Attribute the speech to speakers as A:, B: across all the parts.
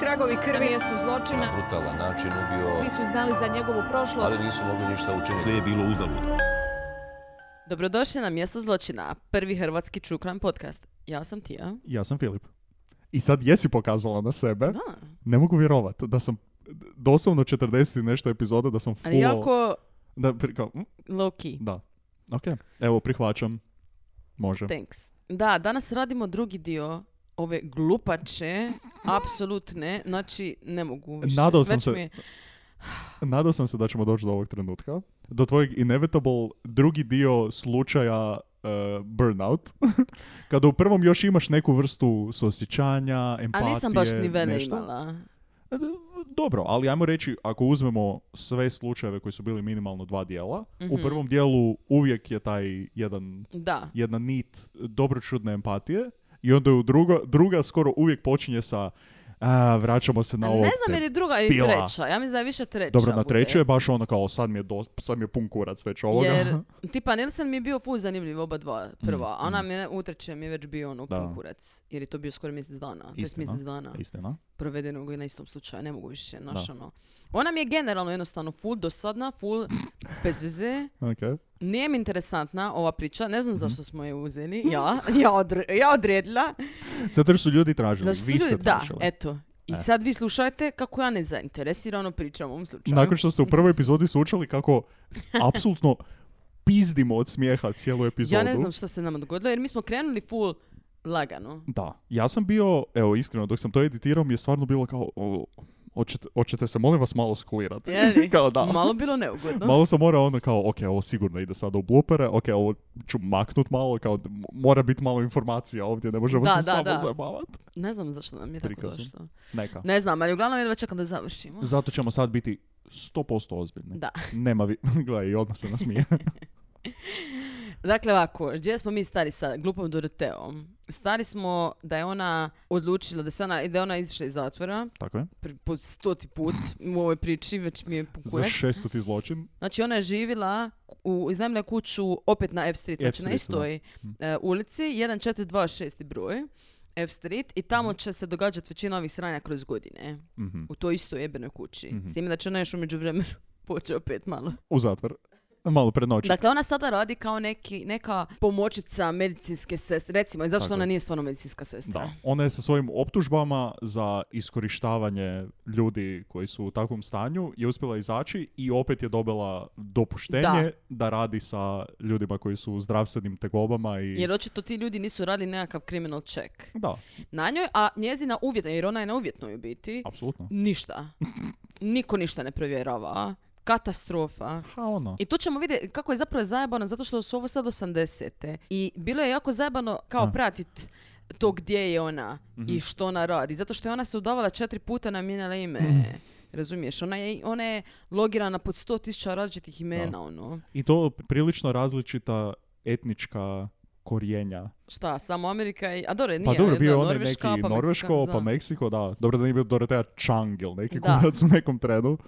A: tragovi
B: Na
A: krvi.
B: mjestu zločina
C: brutalan način
B: svi
C: ubio,
B: su znali za njegovu prošlost.
C: ali nisu mogli ništa učiniti.
D: Sve je bilo uzalud.
E: Dobrodošli na mjesto zločina, prvi hrvatski čukran podcast. Ja sam Tija.
D: Ja sam Filip. I sad jesi pokazala na sebe.
E: Da,
D: Ne mogu vjerovat da sam doslovno 40 i nešto epizoda da sam full...
E: ali jako
D: Da, pri- kao, mm,
E: low key.
D: da. Ok, evo prihvaćam. Može.
E: Thanks. Da, danas radimo drugi dio ove glupače, apsolutne, znači ne mogu više.
D: Nadao sam
E: Već
D: se-
E: mi je-
D: Nadao sam se da ćemo doći do ovog trenutka. Do tvojeg inevitable drugi dio slučaja eh, burnout. Kada u prvom još imaš neku vrstu suosjećanja, empatije,
E: ali nisam baš ni vele
D: pa nešto.
E: imala.
D: E, d- Dobro, ali ajmo reći, ako uzmemo sve slučajeve koji su bili minimalno dva dijela,
E: Mhm.
D: u prvom dijelu uvijek je taj jedan,
E: Da,
D: jedna nit dobročudne empatije i onda je u drugo, druga skoro uvijek počinje sa a, vraćamo se na
E: Ali
D: ovo.
E: ne znam je li druga ili
D: debila.
E: treća, ja mislim da je više treća.
D: Dobro, na
E: bude.
D: trećoj je baš ono kao sad mi je, dos, sad mi je pun kurac već ovoga. Mm,
E: Jer, tipa, Nelson mi je bio ful zanimljiv oba dva prva, a ona mi je u trećem je već bio ono
D: Da.
E: punkurac, jer je to bio skoro mjesec dana, to jest
D: Istina.
E: mjesec dana.
D: Istina.
E: provedenog na istom slučaju, ne mogu više, znaš ono. Ona mi je generalno jednostavno full dosadna, full bez veze,
D: Ok.
E: nije mi interesantna ova priča, ne
D: Mhm.
E: znam zašto smo je uzeli, ja, ja, odre- ja odredila.
D: Zato jer su ljudi tražili,
E: Zašto su
D: vi ste E.
E: ljudi- da,
D: tražili.
E: eto. I sad vi slušajte kako ja nezainteresirano pričam u ovom slučaju.
D: Nakon što ste u prvoj epizodi sučali kako s- apsolutno pizdimo od smijeha cijelu epizodu.
E: ja ne znam što se nama dogodilo, jer mi smo krenuli full lagano.
D: Da, ja sam bio, evo iskreno, dok sam to editirao mi je stvarno bilo kao, o, hoćete, hoćete se molim vas malo skulirati.
E: Je li?
D: kao da.
E: Malo bilo neugodno.
D: Malo sam morao ono kao, ok, ovo sigurno ide sada u blupere, ok, ovo ću maknut malo, kao m- mora biti malo informacija ovdje, ne možemo
E: Da,
D: se
E: da,
D: samo
E: da.
D: zajebavat.
E: Ne znam zašto nam je tako
D: Prikazom.
E: došlo.
D: Neka.
E: Ne znam, ali uglavnom jedva čekam da završimo.
D: Zato ćemo sad biti 100% ozbiljni.
E: Da.
D: Nema vi... Gledaj, i odmah se nasmije.
E: Dakle, ovako, gdje smo mi stari sa glupom Doroteom? Stari smo da je ona odlučila, da, se ona, da je ona izišla iz zatvora
D: Tako je.
E: pri- po stoti put u ovoj priči, već mi je
D: Za
E: pukurac.
D: šestuti zločin.
E: Znači, ona je živjela, u, iznajmila je kuću opet na F Street,
D: F Hm.
E: znači na
D: Streetu,
E: istoj e, ulici, 1426 broj, F Street, i tamo će se događati većina ovih sranja kroz godine,
D: Mhm.
E: u toj istoj jebenoj kući. S time da će ona još umeđu vremenu poći opet malo.
D: U zatvor. Malo pred noći.
E: Dakle, ona sada radi kao neki, neka pomoćica medicinske sestre. Recimo, zašto
D: Tako
E: ona
D: je.
E: nije stvarno medicinska sestra?
D: Da. Ona je sa svojim optužbama za iskorištavanje ljudi koji su u takvom stanju je uspjela izaći i opet je dobila dopuštenje
E: Da.
D: da, radi sa ljudima koji su u zdravstvenim tegobama i...
E: Jer očito ti ljudi nisu radili nekakav criminal check
D: Da,
E: na njoj, a njezina uvjetna, jer ona je na uvjetnoj u biti,
D: apsolutno.
E: ništa. Niko ništa ne provjerava. Katastrofa.
D: A ono.
E: I tu ćemo vidjeti kako je zapravo zajebano, zato što su ovo sad 80-te. I bilo je jako zajebano kao pratit to gdje je ona
D: Mhm.
E: i što ona radi. Zato što je ona se udavala četiri puta na mijenjala ime.
D: Mhm.
E: Razumiješ? Ona je, ona je logirana pod 100.000 različitih imena, ono.
D: I to prilično različita etnička korijenja.
E: Šta, samo Amerika i... A dobro, nije.
D: Pa dobro,
E: da,
D: bio je onaj
E: Norveška,
D: neki
E: pa
D: Norveško,
E: Meksika,
D: pa
E: da.
D: Meksiko, da. Dobro da nije bio Dorotea Chang ili neki
E: Da.
D: kurac u nekom trenu.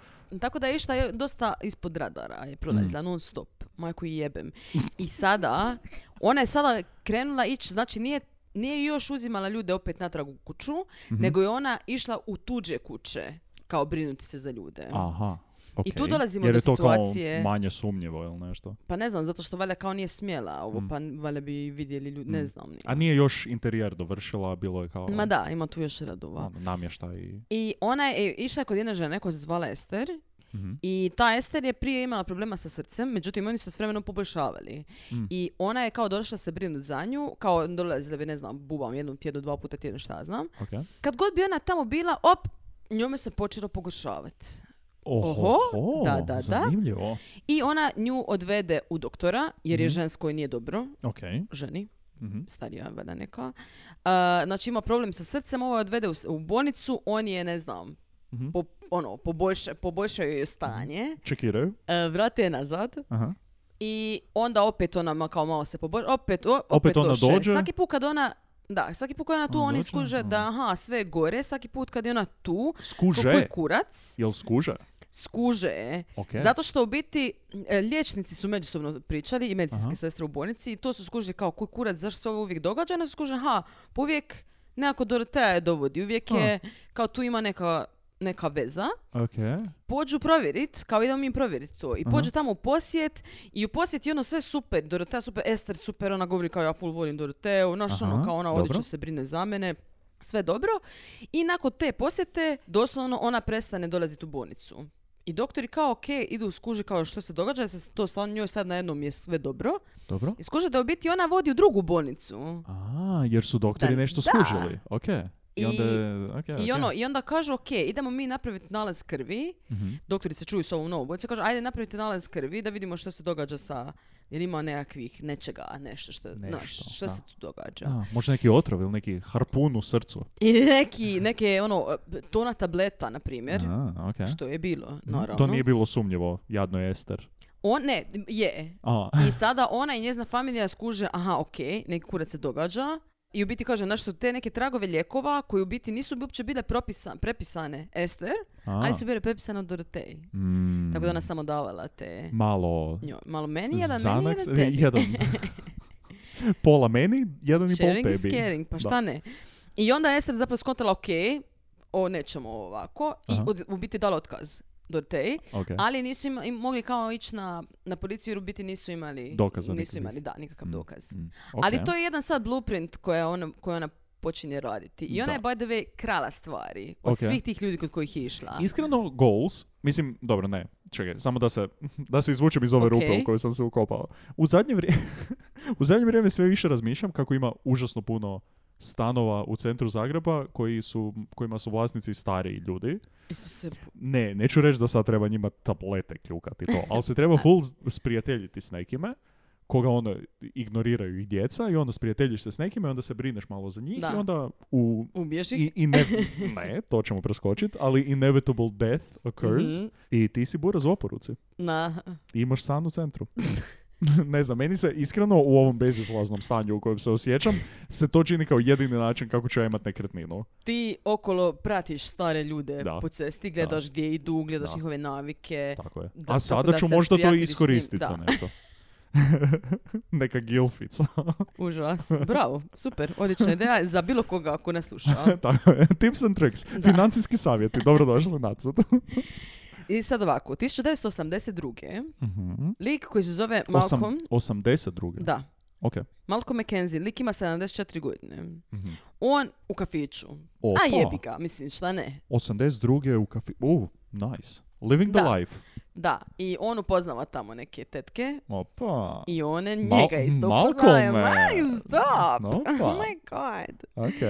E: Tako da je išla je dosta ispod radara, je prolazila non stop, majku i jebem. I sada, ona je sada krenula ići, znači nije, nije još uzimala ljude opet natrag u kuću, nego je ona išla u tuđe kuće, kao brinuti se za ljude.
D: Aha.
E: I tu
D: okej.
E: dolazimo
D: Jer
E: do
D: je to
E: situacije-
D: kao manje sumnjivo ili nešto.
E: Pa ne znam, zato što valjda kao nije smjela ovo, pa valjda bi vidjeli ljudi, Mm. ne znam. nije.
D: A nije još interijer dovršila, bilo je kao
E: Ma da, ima tu još radova.
D: ono, namještaj i...
E: I ona je išla kod jedne žene koja se zvala Ester. I ta Ester je prije imala problema sa srcem, međutim oni su se s vremenom poboljšavali. I ona je kao došla se brinut za nju, kao dolazila bi, ne znam, bubam jednom tjednu, dva puta tjedno, šta ja znam.
D: Ok.
E: Kad god bi ona tamo bila, op, njome se počelo pogoršavati. Oho, da, da, da.
D: Zanimljivo.
E: I ona nju odvede u doktora, jer je žensko i nije dobro,
D: Ok.
E: ženi.
D: Mhm.
E: starija je valjda neka. Uh, znači ima problem sa srcem, ovo je odvede u, s- u bolnicu, on je, ne znam,
D: Mhm.
E: po, ono, poboljša, poboljšao joj je stanje,
D: Čekiraju.
E: e, vrate je nazad
D: Aha.
E: i onda opet ona ma- kao malo se poboljša, opet, o- opet,
D: Opet ona
E: loše.
D: dođe.
E: Svaki put kad ona, da, svaki put kad ona tu,
D: Ona
E: oni
D: dođe,
E: skuže da aha, sve je gore, svaki put kad je ona tu, kako
D: Skuže.
E: je kurac,
D: Jel skuže?
E: skuže je.
D: Ok.
E: Zato što u biti e, liječnici su međusobno pričali i medicinske sestre u bolnici i to su skužili kao koji kurac, zašto se ovo uvijek događa, ne su skužili, ha, pa uvijek nekako Dorotea je dovodi. Uvijek je, kao tu ima neka, neka veza.
D: Ok.
E: Pođu provjerit, kao idemo mi provjerit to. I
D: Aha.
E: pođu tamo u posjet i u posjet je ono sve super. Dorotea super, Ester super, ona govori kao ja full volim Doroteu. Naš ono
D: Aha,
E: kao ona
D: dobro.
E: odlično se brine za mene. Sve dobro. I nakon te posjete, doslovno ona prestane dolaziti u bolnicu. I doktori kao, ok, idu skuži kao što se događa, se to stvarno njoj sad na jednom je sve dobro.
D: Dobro.
E: I skuže da u biti ona vodi u drugu bolnicu.
D: A, jer su doktori
E: Da.
D: nešto
E: Da.
D: skužili. Ok. I
E: I-
D: onda, je- okej,
E: I,
D: okej.
E: ono, I onda kažu, ok, idemo mi napraviti nalaz krvi.
D: Mhm.
E: Doktori se čuju s ovom novom bojicom, kažu, ajde napravite nalaz krvi da vidimo što se događa sa... Jer ima nekakvih nečega, nešto što...
D: Nešto,
E: znaš, što
D: da.
E: se tu događa?
D: A, možda neki otrov ili neki harpun u srcu.
E: I neki, neke, ono, tona tableta, na primjer.
D: A, okej.
E: Što je bilo,
D: Mhm.
E: naravno.
D: To nije bilo sumnjivo, jadno je Ester.
E: On, ne, je.
D: A,
E: I sada ona i njezna familija skuže, aha, okej, neki kurac se događa. I u biti kaže, znaš, su te neke tragove lijekova koji u biti nisu bi uopće bile propisa- prepisane Ester,
D: a.
E: ali su bile prepisane od Doroteji.
D: Mm,
E: Tako da ona samo davala te...
D: Malo...
E: Njoj, malo meni jedan, meni
D: Xanax-
E: jedan tebi.
D: jedan. pola meni, jedan i pol
E: Sharing is
D: tebi.
E: caring, pa šta
D: Da.
E: ne. I onda je Ester zapravo skontala, ok, o nećemo ovako, i
D: Aha.
E: od- u biti dala otkaz Doroteji,
D: Okej.
E: ali nisu ima- im, mogli kao ići na, na policiju jer u biti nisu imali,
D: Dokaza
E: nisu
D: nikakvih.
E: imali da, nikakav
D: Mm,
E: dokaz.
D: mm,
E: Ali
D: okej.
E: to je jedan sad blueprint koja ona, koja ona počinje raditi. I ona
D: Da.
E: je, by the way, krala stvari od
D: Ok.
E: svih tih ljudi kod kojih je išla.
D: Iskreno, goals, mislim, dobro, ne, čekaj, samo da se, da se izvučem iz ove
E: Ok.
D: rupe u koju sam se ukopao. U zadnje, vrijeme, u zadnje vrijeme sve više razmišljam kako ima užasno puno stanova u centru Zagreba koji su, kojima su vlasnici stariji ljudi.
E: Isuse,
D: Ne, neću reći da sad treba njima tablete kljukati to, ali se treba full s- sprijateljiti s nekime koga ono ignoriraju ih djeca i onda sprijateljiš se s nekime i onda se brineš malo za njih
E: Da.
D: i onda u
E: ubiješ ih?
D: i, i ne, ne, to ćemo preskočiti, ali inevitable death occurs
E: Mhm.
D: i ti si buraz u oporuci.
E: Na,
D: I imaš stan u centru. ne znam, meni se iskreno u ovom bezizlaznom stanju u kojem se osjećam, se to čini kao jedini način kako ću ja imat nekretninu.
E: ti okolo pratiš stare ljude
D: Da.
E: po cesti, gledaš gdje idu, gledaš
D: Da.
E: njihove navike.
D: Tako je.
E: Da,
D: A
E: tako
D: sada
E: da
D: ću
E: se
D: možda to i
E: sprijateljiš s njim,
D: iskoristiti za
E: da.
D: nešto. Neka gilfica.
E: Užas. Bravo, super, odlična ideja za bilo koga ako nas sluša.
D: Tako je. Tips and tricks. Financijski savjeti. Dobrodošli nazad.
E: I sad ovako, 1982.
D: Mhm.
E: lik koji se zove
D: Osam-
E: Malcolm,
D: 82.
E: da,
D: Ok.
E: Malcolm McKenzie, lik ima 74 godine.
D: Mhm.
E: On u kafiću.
D: Opa.
E: A jebi ga, mislim, šta ne?
D: 82. u kafi... Uh, nice. Living the
E: Da.
D: life.
E: Da, i on upoznava tamo neke tetke
D: Opa.
E: i one
D: Ma-
E: njega isto upoznaje.
D: Malcolme.
E: Ma, stop!
D: Opa.
E: Oh my god.
D: Ok.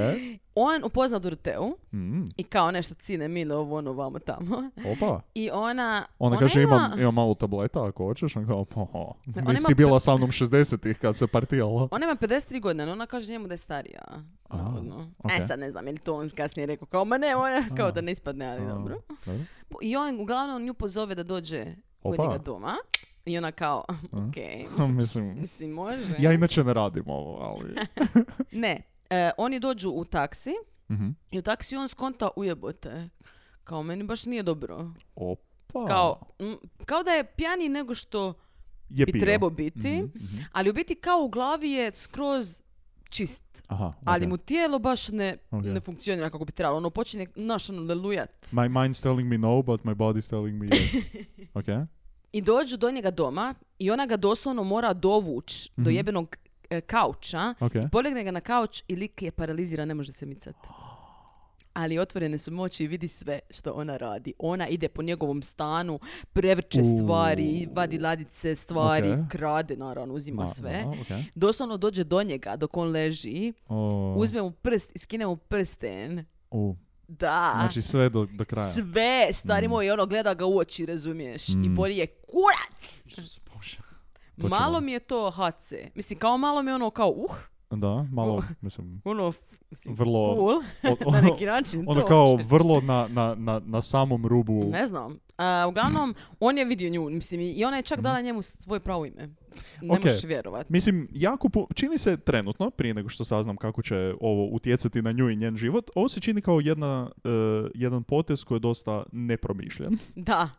E: On upozna Doroteu
D: Mm,
E: i kao nešto cine mile ovo ono vamo tamo.
D: opa.
E: I ona...
D: Ona, kaže
E: ima...
D: imam, imam malo tableta ako hoćeš. On kao, "Oho,
E: ona
D: nisi
E: ima
D: ti bila
E: pe-
D: sa mnom 60-ih kad se partijala.
E: Ona ima 53 godine, no ona kaže njemu da je starija.
D: A,
E: navodno.
D: ok.
E: E sad ne znam je li to on kasnije rekao kao, ma ne, ona
D: A.
E: kao da ne ispadne, ali
D: A,
E: dobro. I on uglavnom nju pozove da dođe kod
D: Opa.
E: njega doma. I ona kao, okej,
D: Mislim,
E: mislim može.
D: ja inače ne radim ovo, ali...
E: Ne, e, oni dođu u taksi
D: Mhm.
E: i u taksi on skonta ujebote. Kao, meni baš nije dobro.
D: Opa.
E: Kao, mm, kao da je pijani nego što
D: je
E: bi
D: pio.
E: trebao biti,
D: Mhm, mhm.
E: ali u biti kao u glavi je skroz čist.
D: Aha, ok.
E: Ali mu tijelo baš ne,
D: Ok.
E: ne funkcionira kako bi trebalo. Ono počinje, znaš, ono, lelujat.
D: My mind's telling me no, but my body's telling me yes. Ok.
E: I dođu do njega doma i ona ga doslovno mora dovuć do
D: Mhm.
E: jebenog e, kauča.
D: Ok.
E: Polegne ga na kauč i lik je paraliziran, ne može se micat. Ali otvorene su moći i vidi sve što ona radi. Ona ide po njegovom stanu, prevrće
D: U.
E: stvari, vadi ladice stvari,
D: Ok.
E: krade naravno, uzima
D: Ma-
E: sve.
D: ma, ok.
E: Doslovno dođe do njega dok on leži,
D: O,
E: uzme mu prst i skine mu prsten.
D: u,
E: Da.
D: Znači sve do, do kraja.
E: sve, stari
D: Mm.
E: moj, i ono gleda ga u oči, razumiješ? I
D: Mm.
E: boli je kurac!
D: Isuse Bože. To ću
E: Malo
D: vam.
E: mi je to HC. Mislim, kao malo mi je ono kao, uh,
D: Da, malo, mislim,
E: ono, f- mislim,
D: Vrlo-
E: cool,
D: o- o-
E: na neki način.
D: ono
E: to
D: kao
E: hoće.
D: vrlo na, na, na, na samom rubu.
E: Ne znam. A, uglavnom, on je vidio nju, mislim, i ona je čak dala njemu svoje pravo ime. Ne
D: Mhm. Ok.
E: možeš vjerovat.
D: Mislim, jako pu- čini se trenutno, prije nego što saznam kako će ovo utjecati na nju i njen život, ovo se čini kao jedna, eh, jedan potez koji je dosta nepromišljen.
E: Da.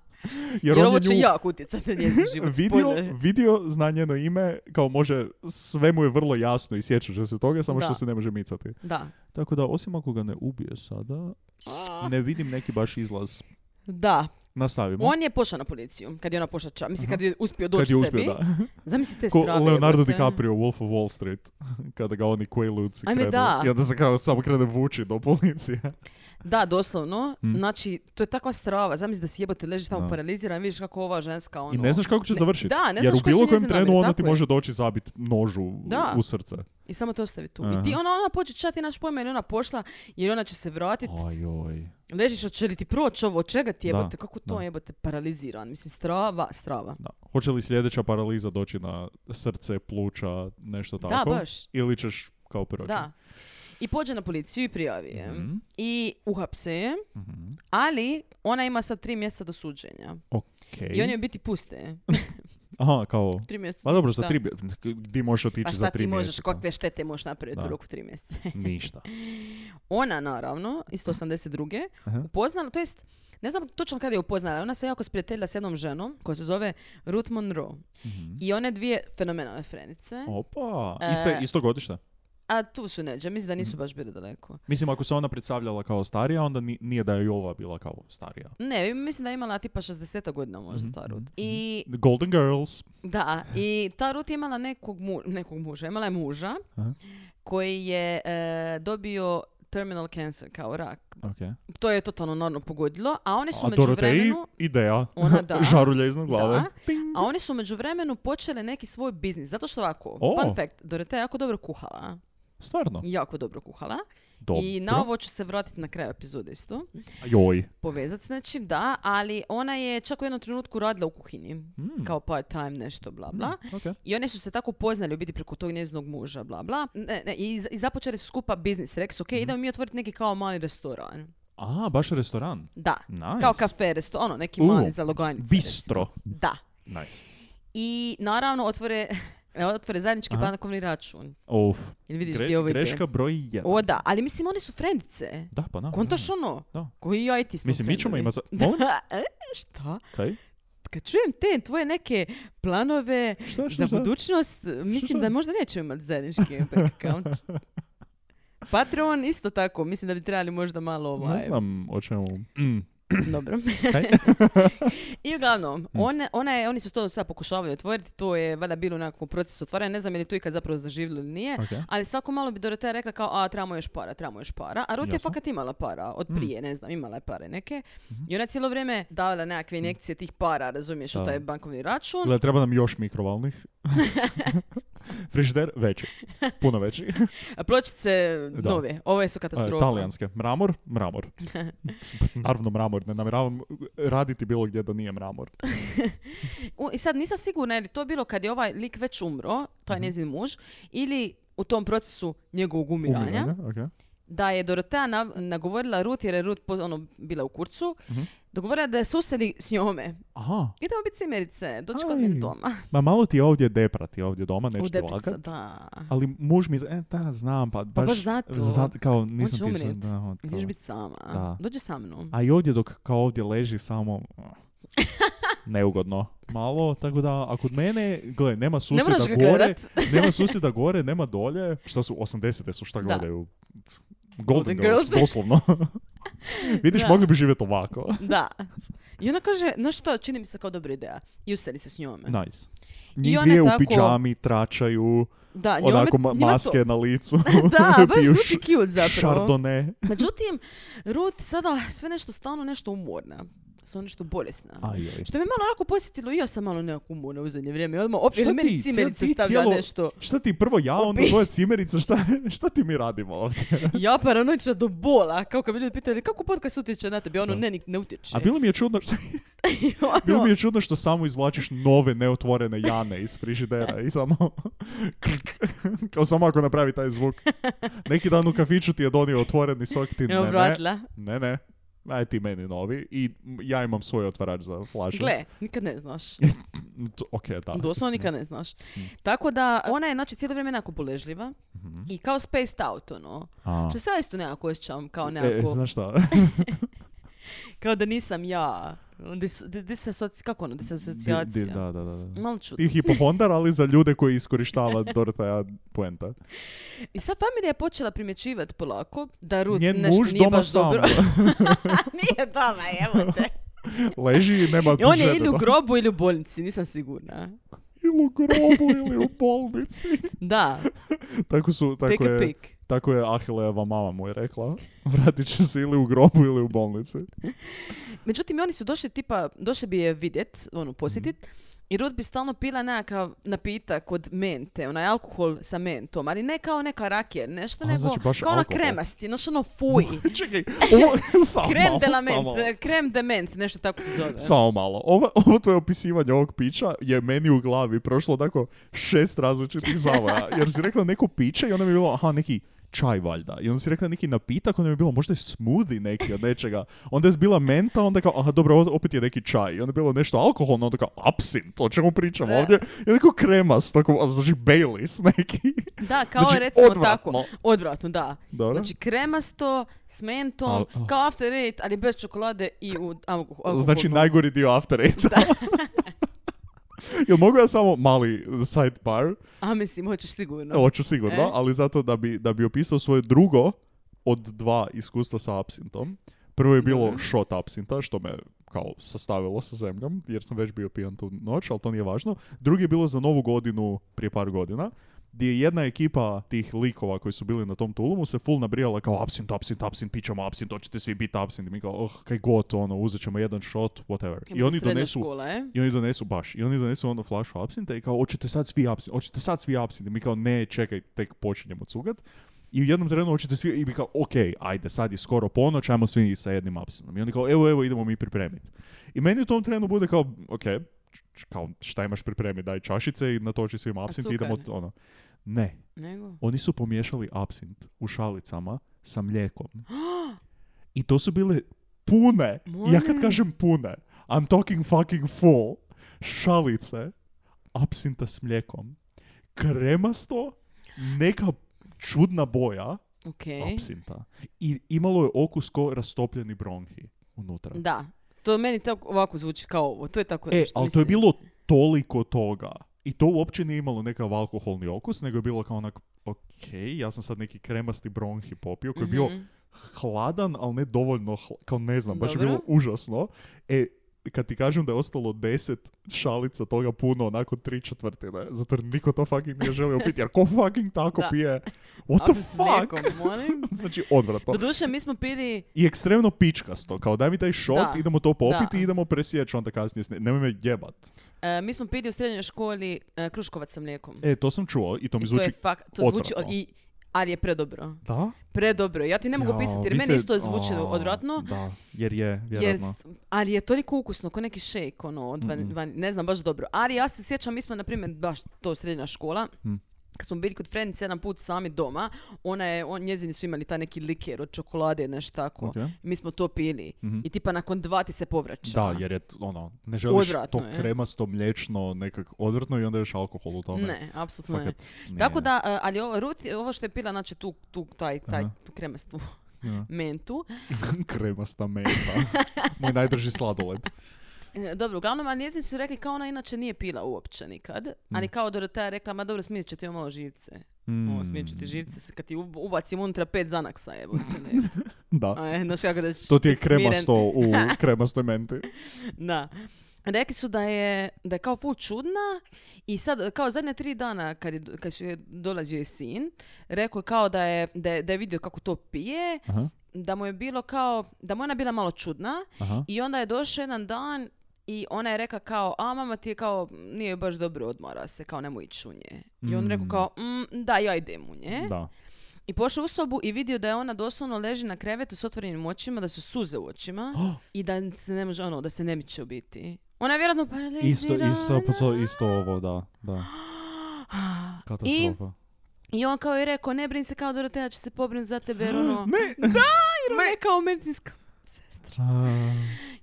E: Jer,
D: on je
E: ovo će
D: nju-
E: jako utjecati na njezin život.
D: Vidio,
E: spoiler.
D: vidio zna njeno ime, kao može, sve mu je vrlo jasno i sjeća će se toga, samo
E: Da.
D: što se ne može micati.
E: Da.
D: Tako da, osim ako ga ne ubije sada,
E: Ah.
D: ne vidim neki baš izlaz.
E: Da.
D: Nastavimo.
E: On je pošao na policiju, kad je ona pošača. Mislim, kad je uspio doći
D: Kad je uspio,
E: sebi.
D: da.
E: Zamisli te
D: Ko
E: strave,
D: Leonardo
E: jebote.
D: DiCaprio, Wolf of Wall Street, kada ga oni Quaaludes
E: Ajme,
D: krenu.
E: da.
D: I onda se kao samo krene vući do policije.
E: Da, doslovno.
D: Mm.
E: Znači, to je takva strava. Zamisli da si jebote leži tamo
D: Da.
E: paraliziran, vidiš kako ova ženska ono...
D: I ne znaš kako će
E: Ne-
D: završiti.
E: Da, ne
D: Jer
E: znaš
D: u
E: koje su
D: bilo kojem
E: njezine
D: trenu
E: namjere,
D: ona
E: tako
D: ti
E: je.
D: može doći zabit nožu u-
E: Da.
D: u srce.
E: I samo te ostavi tu.
D: Aha.
E: I ti ona, ona počet čati, naš pojma, jer je ona pošla, jer ona će se vratit.
D: Ajoj.
E: Ležiš, hoće li ti proći ovo, od čega ti
D: Da,
E: jebote, kako to
D: da.
E: jebote, paraliziran. Mislim, strava, strava.
D: Da. Hoće li sljedeća paraliza doći na srce, pluća, nešto tako?
E: Da, baš.
D: Ili ćeš kao prvo?
E: Da. I pođe na policiju i prijavi je.
D: Mhm.
E: I uhapse je, ali ona ima sad tri mjeseca do suđenja.
D: Okej.
E: I on je u biti puste.
D: Aha, kao...
E: Tri mjeseca.
D: Ma dobro, za
E: šta?
D: tri... bi- Di možeš otići
E: Pa šta
D: za tri
E: ti možeš,
D: mjeseca?
E: kakve štete možeš napraviti
D: Da.
E: u roku tri mjeseca.
D: Ništa.
E: Ona, naravno, iz 182.
D: Aha.
E: upoznala, to jest, ne znam točno kada je upoznala, ona se jako sprijateljila s jednom ženom koja se zove Ruth Monroe.
D: Mhm.
E: I one dvije fenomenalne frenice,
D: Opa,
E: E,
D: iste, isto godište.
E: a tu su neđe, mislim da
D: Mhm.
E: nisu baš bile daleko.
D: Mislim, ako se ona predstavljala kao starija, onda ni- nije da je i ova bila kao starija.
E: Ne, mislim da je imala tipa 60 godina možda
D: Mhm,
E: ta Ruth. I
D: Golden Girls.
E: Da, i ta Ruth je imala nekog, mu, nekog muža, imala je muža
D: Aha.
E: koji je e, dobio terminal cancer kao rak.
D: Okay.
E: To je totalno naravno pogodilo, a one su
D: A
E: među
D: Doroteji,
E: vremenu...
D: ideja.
E: Ona da.
D: Žarulja iznad glave.
E: Da,
D: Ting.
E: a one su među vremenu počele neki svoj biznis. Zato što ovako,
D: O.
E: fun fact, Dorotea je jako dobro kuhala.
D: Stvarno.
E: Jako dobro kuhala.
D: Dobro.
E: I na ovo ću se vratiti na kraju epizode isto.
D: Joj.
E: Povezati s nečim, da, ali ona je čak u jednom trenutku radila u kuhinji.
D: Mm.
E: Kao part time nešto, bla bla.
D: Okay.
E: I one su se tako poznali u biti preko tog njezinog muža, bla bla. Ne, ne, i, za- i započeli su skupa biznis. Rekli su, ok,
D: Mm-hmm.
E: idemo mi otvoriti neki kao mali restoran.
D: A, baš restoran.
E: Da.
D: Nice.
E: Kao kafe, resto, ono, neki
D: U,
E: mali zaloganice.
D: Bistro.
E: recimo. Da.
D: Nice.
E: I naravno otvore, otvore zajednički
D: Aha.
E: bankovni račun.
D: Uf.
E: Jel vidiš ovaj
D: Gre-
E: gdje ovo ide?
D: greška broj 1.
E: O da, ali mislim one su frendice.
D: Da, pa na.
E: Kontaš ono?
D: Da.
E: Koji ja i ti smo
D: Mislim, mi ćemo
E: frendovi.
D: imati... Molim?
E: E, Šta?
D: Kaj?
E: Kad čujem te tvoje neke planove
D: Šta, šta,
E: za
D: šta?
E: budućnost, mislim
D: šta?
E: da možda nećemo imati zajednički bank account. Patreon isto tako, mislim da bi trebali možda malo ovaj...
D: Ne znam o čemu. Mm.
E: Dobro.
D: Kaj?
E: I uglavnom,
D: Mm.
E: one, ona je, oni su to sad pokušavali otvoriti, to je valjda bilo u nekakvom procesu otvaranja, ne znam je li to ikad zapravo zaživjelo ili nije,
D: Okay.
E: ali svako malo bi Dorotea rekla kao, a trebamo još para, trebamo još para. A Ruth je
D: Jasno. Mm. Mhm.
E: fakat imala para, od prije, ne znam, imala je pare neke. I ona je cijelo vrijeme davala nekakve injekcije tih para, razumiješ,
D: Mm. Da.
E: u taj bankovni račun.
D: Gle, treba nam još mikrovalnih. Frižider veći. Puno veći. E,
E: A pločice
D: Da.
E: nove, ove su
D: A,
E: katastrofa.
D: Talijanske. Mramor, mramor. Naravno mramor. Ne namjeravam raditi bilo gdje da nije mramor.
E: U- I sad nisam sigurna je li to bilo kad je ovaj lik već umro, taj
D: Mhm.
E: njezin muž, ili u tom procesu njegovog umiranja,
D: Umiranja, okej.
E: da je Dorotea nav- nagovorila Ruth, jer je Ruth po- ono, bila u kurcu,
D: Mhm.
E: dogovorila da je suseli s njome.
D: Aha,
E: Idemo biti cimerice, doći kod
D: Aj,
E: mene doma.
D: ma malo ti je ovdje deprati ovdje doma, neću
E: U
D: ti
E: Deplica,
D: lagat.
E: da.
D: Ali muž mi, e, da, znam, pa baš...
E: baš zato.
D: zato, kao,
E: On
D: nisam
E: će
D: ti...
E: umrijet.
D: da, o,
E: Ideš
D: to.
E: biti sama.
D: Da.
E: Dođi sa mnom.
D: A i ovdje dok kao ovdje leži samo... Neugodno. Malo, tako da, a kod mene, gle, nema susjeda
E: moraš ga
D: gore,
E: gledat.
D: nema susjeda gore, nema dolje. Šta su, 80-te su, šta
E: Da.
D: gledaju? Golden,
E: Golden
D: Girls,
E: Girls.
D: doslovno. Vidiš,
E: Da.
D: mogli bi živjeti ovako.
E: Da. I ona kaže, znaš što, čini mi se kao dobra ideja. I useli se s njome.
D: Nice. Njih
E: ona
D: dvije u
E: tako-
D: pidžami tračaju,
E: Da, njome,
D: onako ma-
E: njima to-
D: maske na licu.
E: Da, baš
D: piju
E: zvuči cute zapravo.
D: Chardonnay.
E: Međutim, Ruth sada sve nešto stalno nešto umorna. Sve nešto bolesna.
D: Ajoj.
E: Što me malo onako posjetilo, i ja sam malo nekako umorna u zadnje vrijeme. Odmah opet
D: Šta
E: jer meni
D: ti,
E: cimerice
D: cijel- ti
E: stavlja
D: cijelo-
E: nešto.
D: Šta ti prvo ja, onda
E: Obi-
D: tvoja cimerica, šta, šta ti mi radimo ovdje?
E: Ja paranoična do bola. Kao kad bi ljudi pitali kako podcast utječe na tebe, ono ne, nik- ne utječe.
D: A bilo mi je čudno što,
E: I ono-
D: bilo mi je čudno što samo izvlačiš nove neotvorene jane iz frižidera i samo krk. kao samo ako napravi taj zvuk. Neki dan u kafiću ti je donio otvoreni sok ti
E: Evo,
D: ne, ne,
E: vratila.
D: ne, ne, daj ti meni novi i ja imam svoj otvarač za flaše.
E: Gle, nikad ne znaš.
D: Ja. To- Ok, da.
E: Doslovno nikad ne znaš. Tako da, ona je znači cijelo vrijeme onako boležljiva
D: Hm. Mhm.
E: i kao spaced out, ono.
D: A.
E: Što se ja isto nekako osjećam, kao
D: E,
E: nekako,
D: znaš šta?
E: kao da nisam ja. Dis, di- disasoci- kako ono,
D: Di- di-
E: disasocijacija?
D: Da, da, da. da.
E: Malo čudno.
D: I hipohondar, ali za ljude koji iskorištava Dorothea Puenta.
E: I sad familija je počela primjećivati polako da Ruth
D: Njen
E: nešto
D: muž
E: nije
D: doma
E: baš
D: sam
E: dobro. nije doma, evo te.
D: leži i nema
E: On je
D: žene
E: ili u
D: da-
E: grobu ili u bolnici, nisam sigurna.
D: Ili u grobu ili u bolnici.
E: Da,
D: Tako, su, tako,
E: take a
D: je,
E: pic.
D: tako je Ahileva mama mu je rekla. Vratit će se ili u grobu ili u bolnici.
E: Međutim, oni su došli tipa, došli bi je vidjet, ono, posjetit,
D: Mhm.
E: i Ruth bi stalno pila nekakav napitak od mente, onaj alkohol sa mentom, ali ne kao neka rakija, nešto
D: A,
E: nego
D: znači baš
E: kao ono
D: alkohol.
E: kremasti, znaš ono fuj.
D: Čekaj, ovo, samo
E: Krem
D: malo,
E: de la
D: samo malo.
E: ment, krem de ment, nešto tako se zove.
D: Samo malo. Ovo, ovo tvoje opisivanje ovog pića je meni u glavi prošlo tako šest različitih zavoja. Jer si rekla neko piće i onda mi je bilo, aha, neki čaj valjda. I onda si rekla neki napitak, onda mi je bilo možda je smoothie neki od nečega. Onda je bila menta, onda kao, aha, dobro, ovo opet je neki čaj. I onda je bilo nešto alkoholno, onda kao, absint, o čemu pričamo
E: Da.
D: ovdje? I neko kremas, tako, a znači Baileys neki.
E: Da, kao
D: Znači,
E: recimo
D: odvratno.
E: tako. Odvratno, da.
D: Dobro.
E: Znači kremasto, s mentom,
D: Al- oh.
E: kao after eight, ali bez čokolade i u alkoholu.
D: Znači najgori dio After Eight. Jel mogu ja samo mali side bar?
E: A mislim, hoćeš sigurno.
D: Hoću sigurno,
E: E?
D: ali zato da bi, da bi opisao svoje drugo od dva iskustva sa absintom. Prvo je bilo shot absinta, što me kao sastavilo sa zemljom, jer sam već bio pijan tu noć, ali to nije važno. Drugi je bilo za novu godinu prije par godina, gdje je jedna ekipa tih likova koji su bili na tom tulumu se full nabrijala kao absint, absint, absint, pićemo absint, hoćete svi biti absint. I mi kao, oh, kaj god, ono, uzet ćemo jedan shot, whatever. I oni
E: Srednja
D: donesu,
E: škola, e?
D: i oni donesu baš, i oni donesu onda flašu apsinta i kao, hoćete sad svi apsint, hoćete sad svi apsint. I mi kao, ne, čekaj, tek počinjemo cugat. I u jednom trenu hoćete svi, i mi kao, ok, ajde, sad je skoro ponoć, ajmo svi sa jednim apsintom. I oni kao, evo, evo, idemo mi pripremiti. I meni u tom trenu bude kao, ok, č- č- kao, šta imaš pripremiti, daj čašice i natoči svima apsint i idemo,
E: cukane?
D: ono. Ne,
E: Nego?
D: oni su pomiješali apsint u šalicama sa mlijekom. I to su bile pune, ja kad
E: Molim.
D: kažem pune, I'm talking fucking full, šalice apsinta s mlijekom. Kremasto, neka čudna boja
E: Okej.
D: apsinta. I imalo je okus ko rastopljeni bronhi unutra.
E: Da. To meni tako ovako zvuči kao ovo. To je tako
D: E,
E: nešto,
D: ali to je
E: mislim.
D: bilo toliko toga. I to uopće nije imalo nekakav alkoholni okus, nego je bilo kao onak, ok, ja sam sad neki kremasti bronhi popio, koji je bio
E: Mhm.
D: hladan, ali ne dovoljno, hla- kao ne znam, baš je
E: Dobro.
D: bilo užasno. E, kad ti kažem da je ostalo deset šalica toga puno, onako tri četvrtine, zato jer niko to fucking nije želio piti, jer ko fucking tako
E: Da.
D: pije? What the
E: Apsint s mlijekom,
D: fuck?
E: molim.
D: znači, odvratno.
E: Doduše, mi smo pili...
D: I ekstremno pičkasto, kao daj mi taj shot,
E: Da.
D: idemo to popiti
E: Da.
D: i idemo presjeći onda kasnije, s ne- nemoj me jebat.
E: e, mi smo pili u srednjoj školi e, kruškovac sa mlijekom.
D: E, to sam čuo i to mi
E: I to
D: zvuči...
E: je fak, to zvuči...
D: odvratno.
E: I, ali je predobro.
D: Da?
E: Predobro. Ja ti ne mogu
D: Jao,
E: pisati jer
D: vi
E: meni
D: ste-
E: isto zvuči
D: a,
E: odvratno.
D: Da, jer je,
E: Jer,
D: vjerojatno.
E: ali je toliko ukusno, ko neki šejk, ono, od van- van- ne znam, baš dobro. Ali ja se sjećam, mi smo, na primjer, baš to srednja škola,
D: Hm.
E: kad smo bili kod Frenice jedan put sami doma, ona je, on, njezini su imali taj neki liker od čokolade, nešto tako.
D: Okej.
E: Mi smo to pili. I tipa nakon dva ti se povraća.
D: Mhm. Da, jer je t- ono, ne želiš
E: Odvratno
D: to
E: je.
D: kremasto, mliječno, nekak odvratno i onda još alkohol u tome.
E: Ne, apsolutno ne.
D: Fakat nije.
E: Tako da, e, ali ovo, Ruth, je- ovo što je pila, znači tu, tu, taj, taj,
D: Aha.
E: tu kremastu
D: Ja.
E: mentu.
D: Kremasta meta. Moj najdrži sladoled.
E: E, Dobro, uglavnom, ali njezini su rekli kao ona inače nije pila uopće nikad,
D: Mm.
E: ali kao Dorotea je rekla, ma dobro, smirit će ti ovo malo živce.
D: Mm.
E: Ovo, smirit će ti živce s- kad ti ub- ubacim unutra pet zanaksa, evo.
D: Da.
E: E, znaš kako da ćeš
D: To ti je
E: bit smiren.
D: kremasto u kremastoj menti.
E: Da. Rekli su da je, da je kao full čudna i sad kao zadnje tri dana kad, je, kad su je dolazio je sin, rekao je kao da je, da je, da je vidio kako to pije,
D: Aha.
E: da mu je bilo kao, da mu je ona bila malo čudna
D: Aha.
E: i onda je došao jedan dan i ona je rekla kao, a mama ti je kao, nije baš dobro, odmara se, kao nemoj ići u nje. I on rekao kao, "Mm, da, ja idem u nje.
D: Da.
E: I pošao u sobu i vidio da je ona doslovno leži na krevetu s otvorenim očima, da su suze u očima i da se ne može, ono, da se ne miče u biti. Ona je vjerojatno paralizirana.
D: Isto, isto, pa to, isto ovo, da. da. Katastrofa.
E: I on kao je rekao, ne brin se kao Dorotea, će se pobrinuti za tebe, jer ono...
D: Ne!
E: jer ona je kao medicinska sestra.
D: A,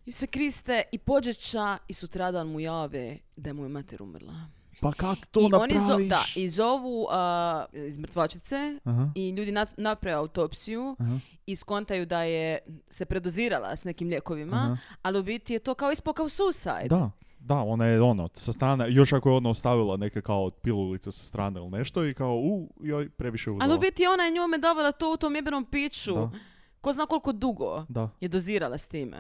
E: I se kriste i pođeća i sutradan mu jave da mu je mater umrla.
D: Pa kak to
E: I oni
D: napraviš?
E: zo- da, i zovu a, iz mrtvačnice
D: Aha,
E: i ljudi nat- naprave autopsiju
D: aha,
E: i skontaju da je se predozirala s nekim lijekovima,
D: aha.
E: ali u biti je to kao ispao kao suicide.
D: Da, da, ona je ono, sa strane, još ako je ona ostavila neke kao pilulice sa strane ili nešto i kao, u, joj, previše je uzela.
E: Ali u biti ona je njome davala to u tom jebenom piću.
D: Da.
E: Ko zna koliko dugo
D: Da,
E: je dozirala s time.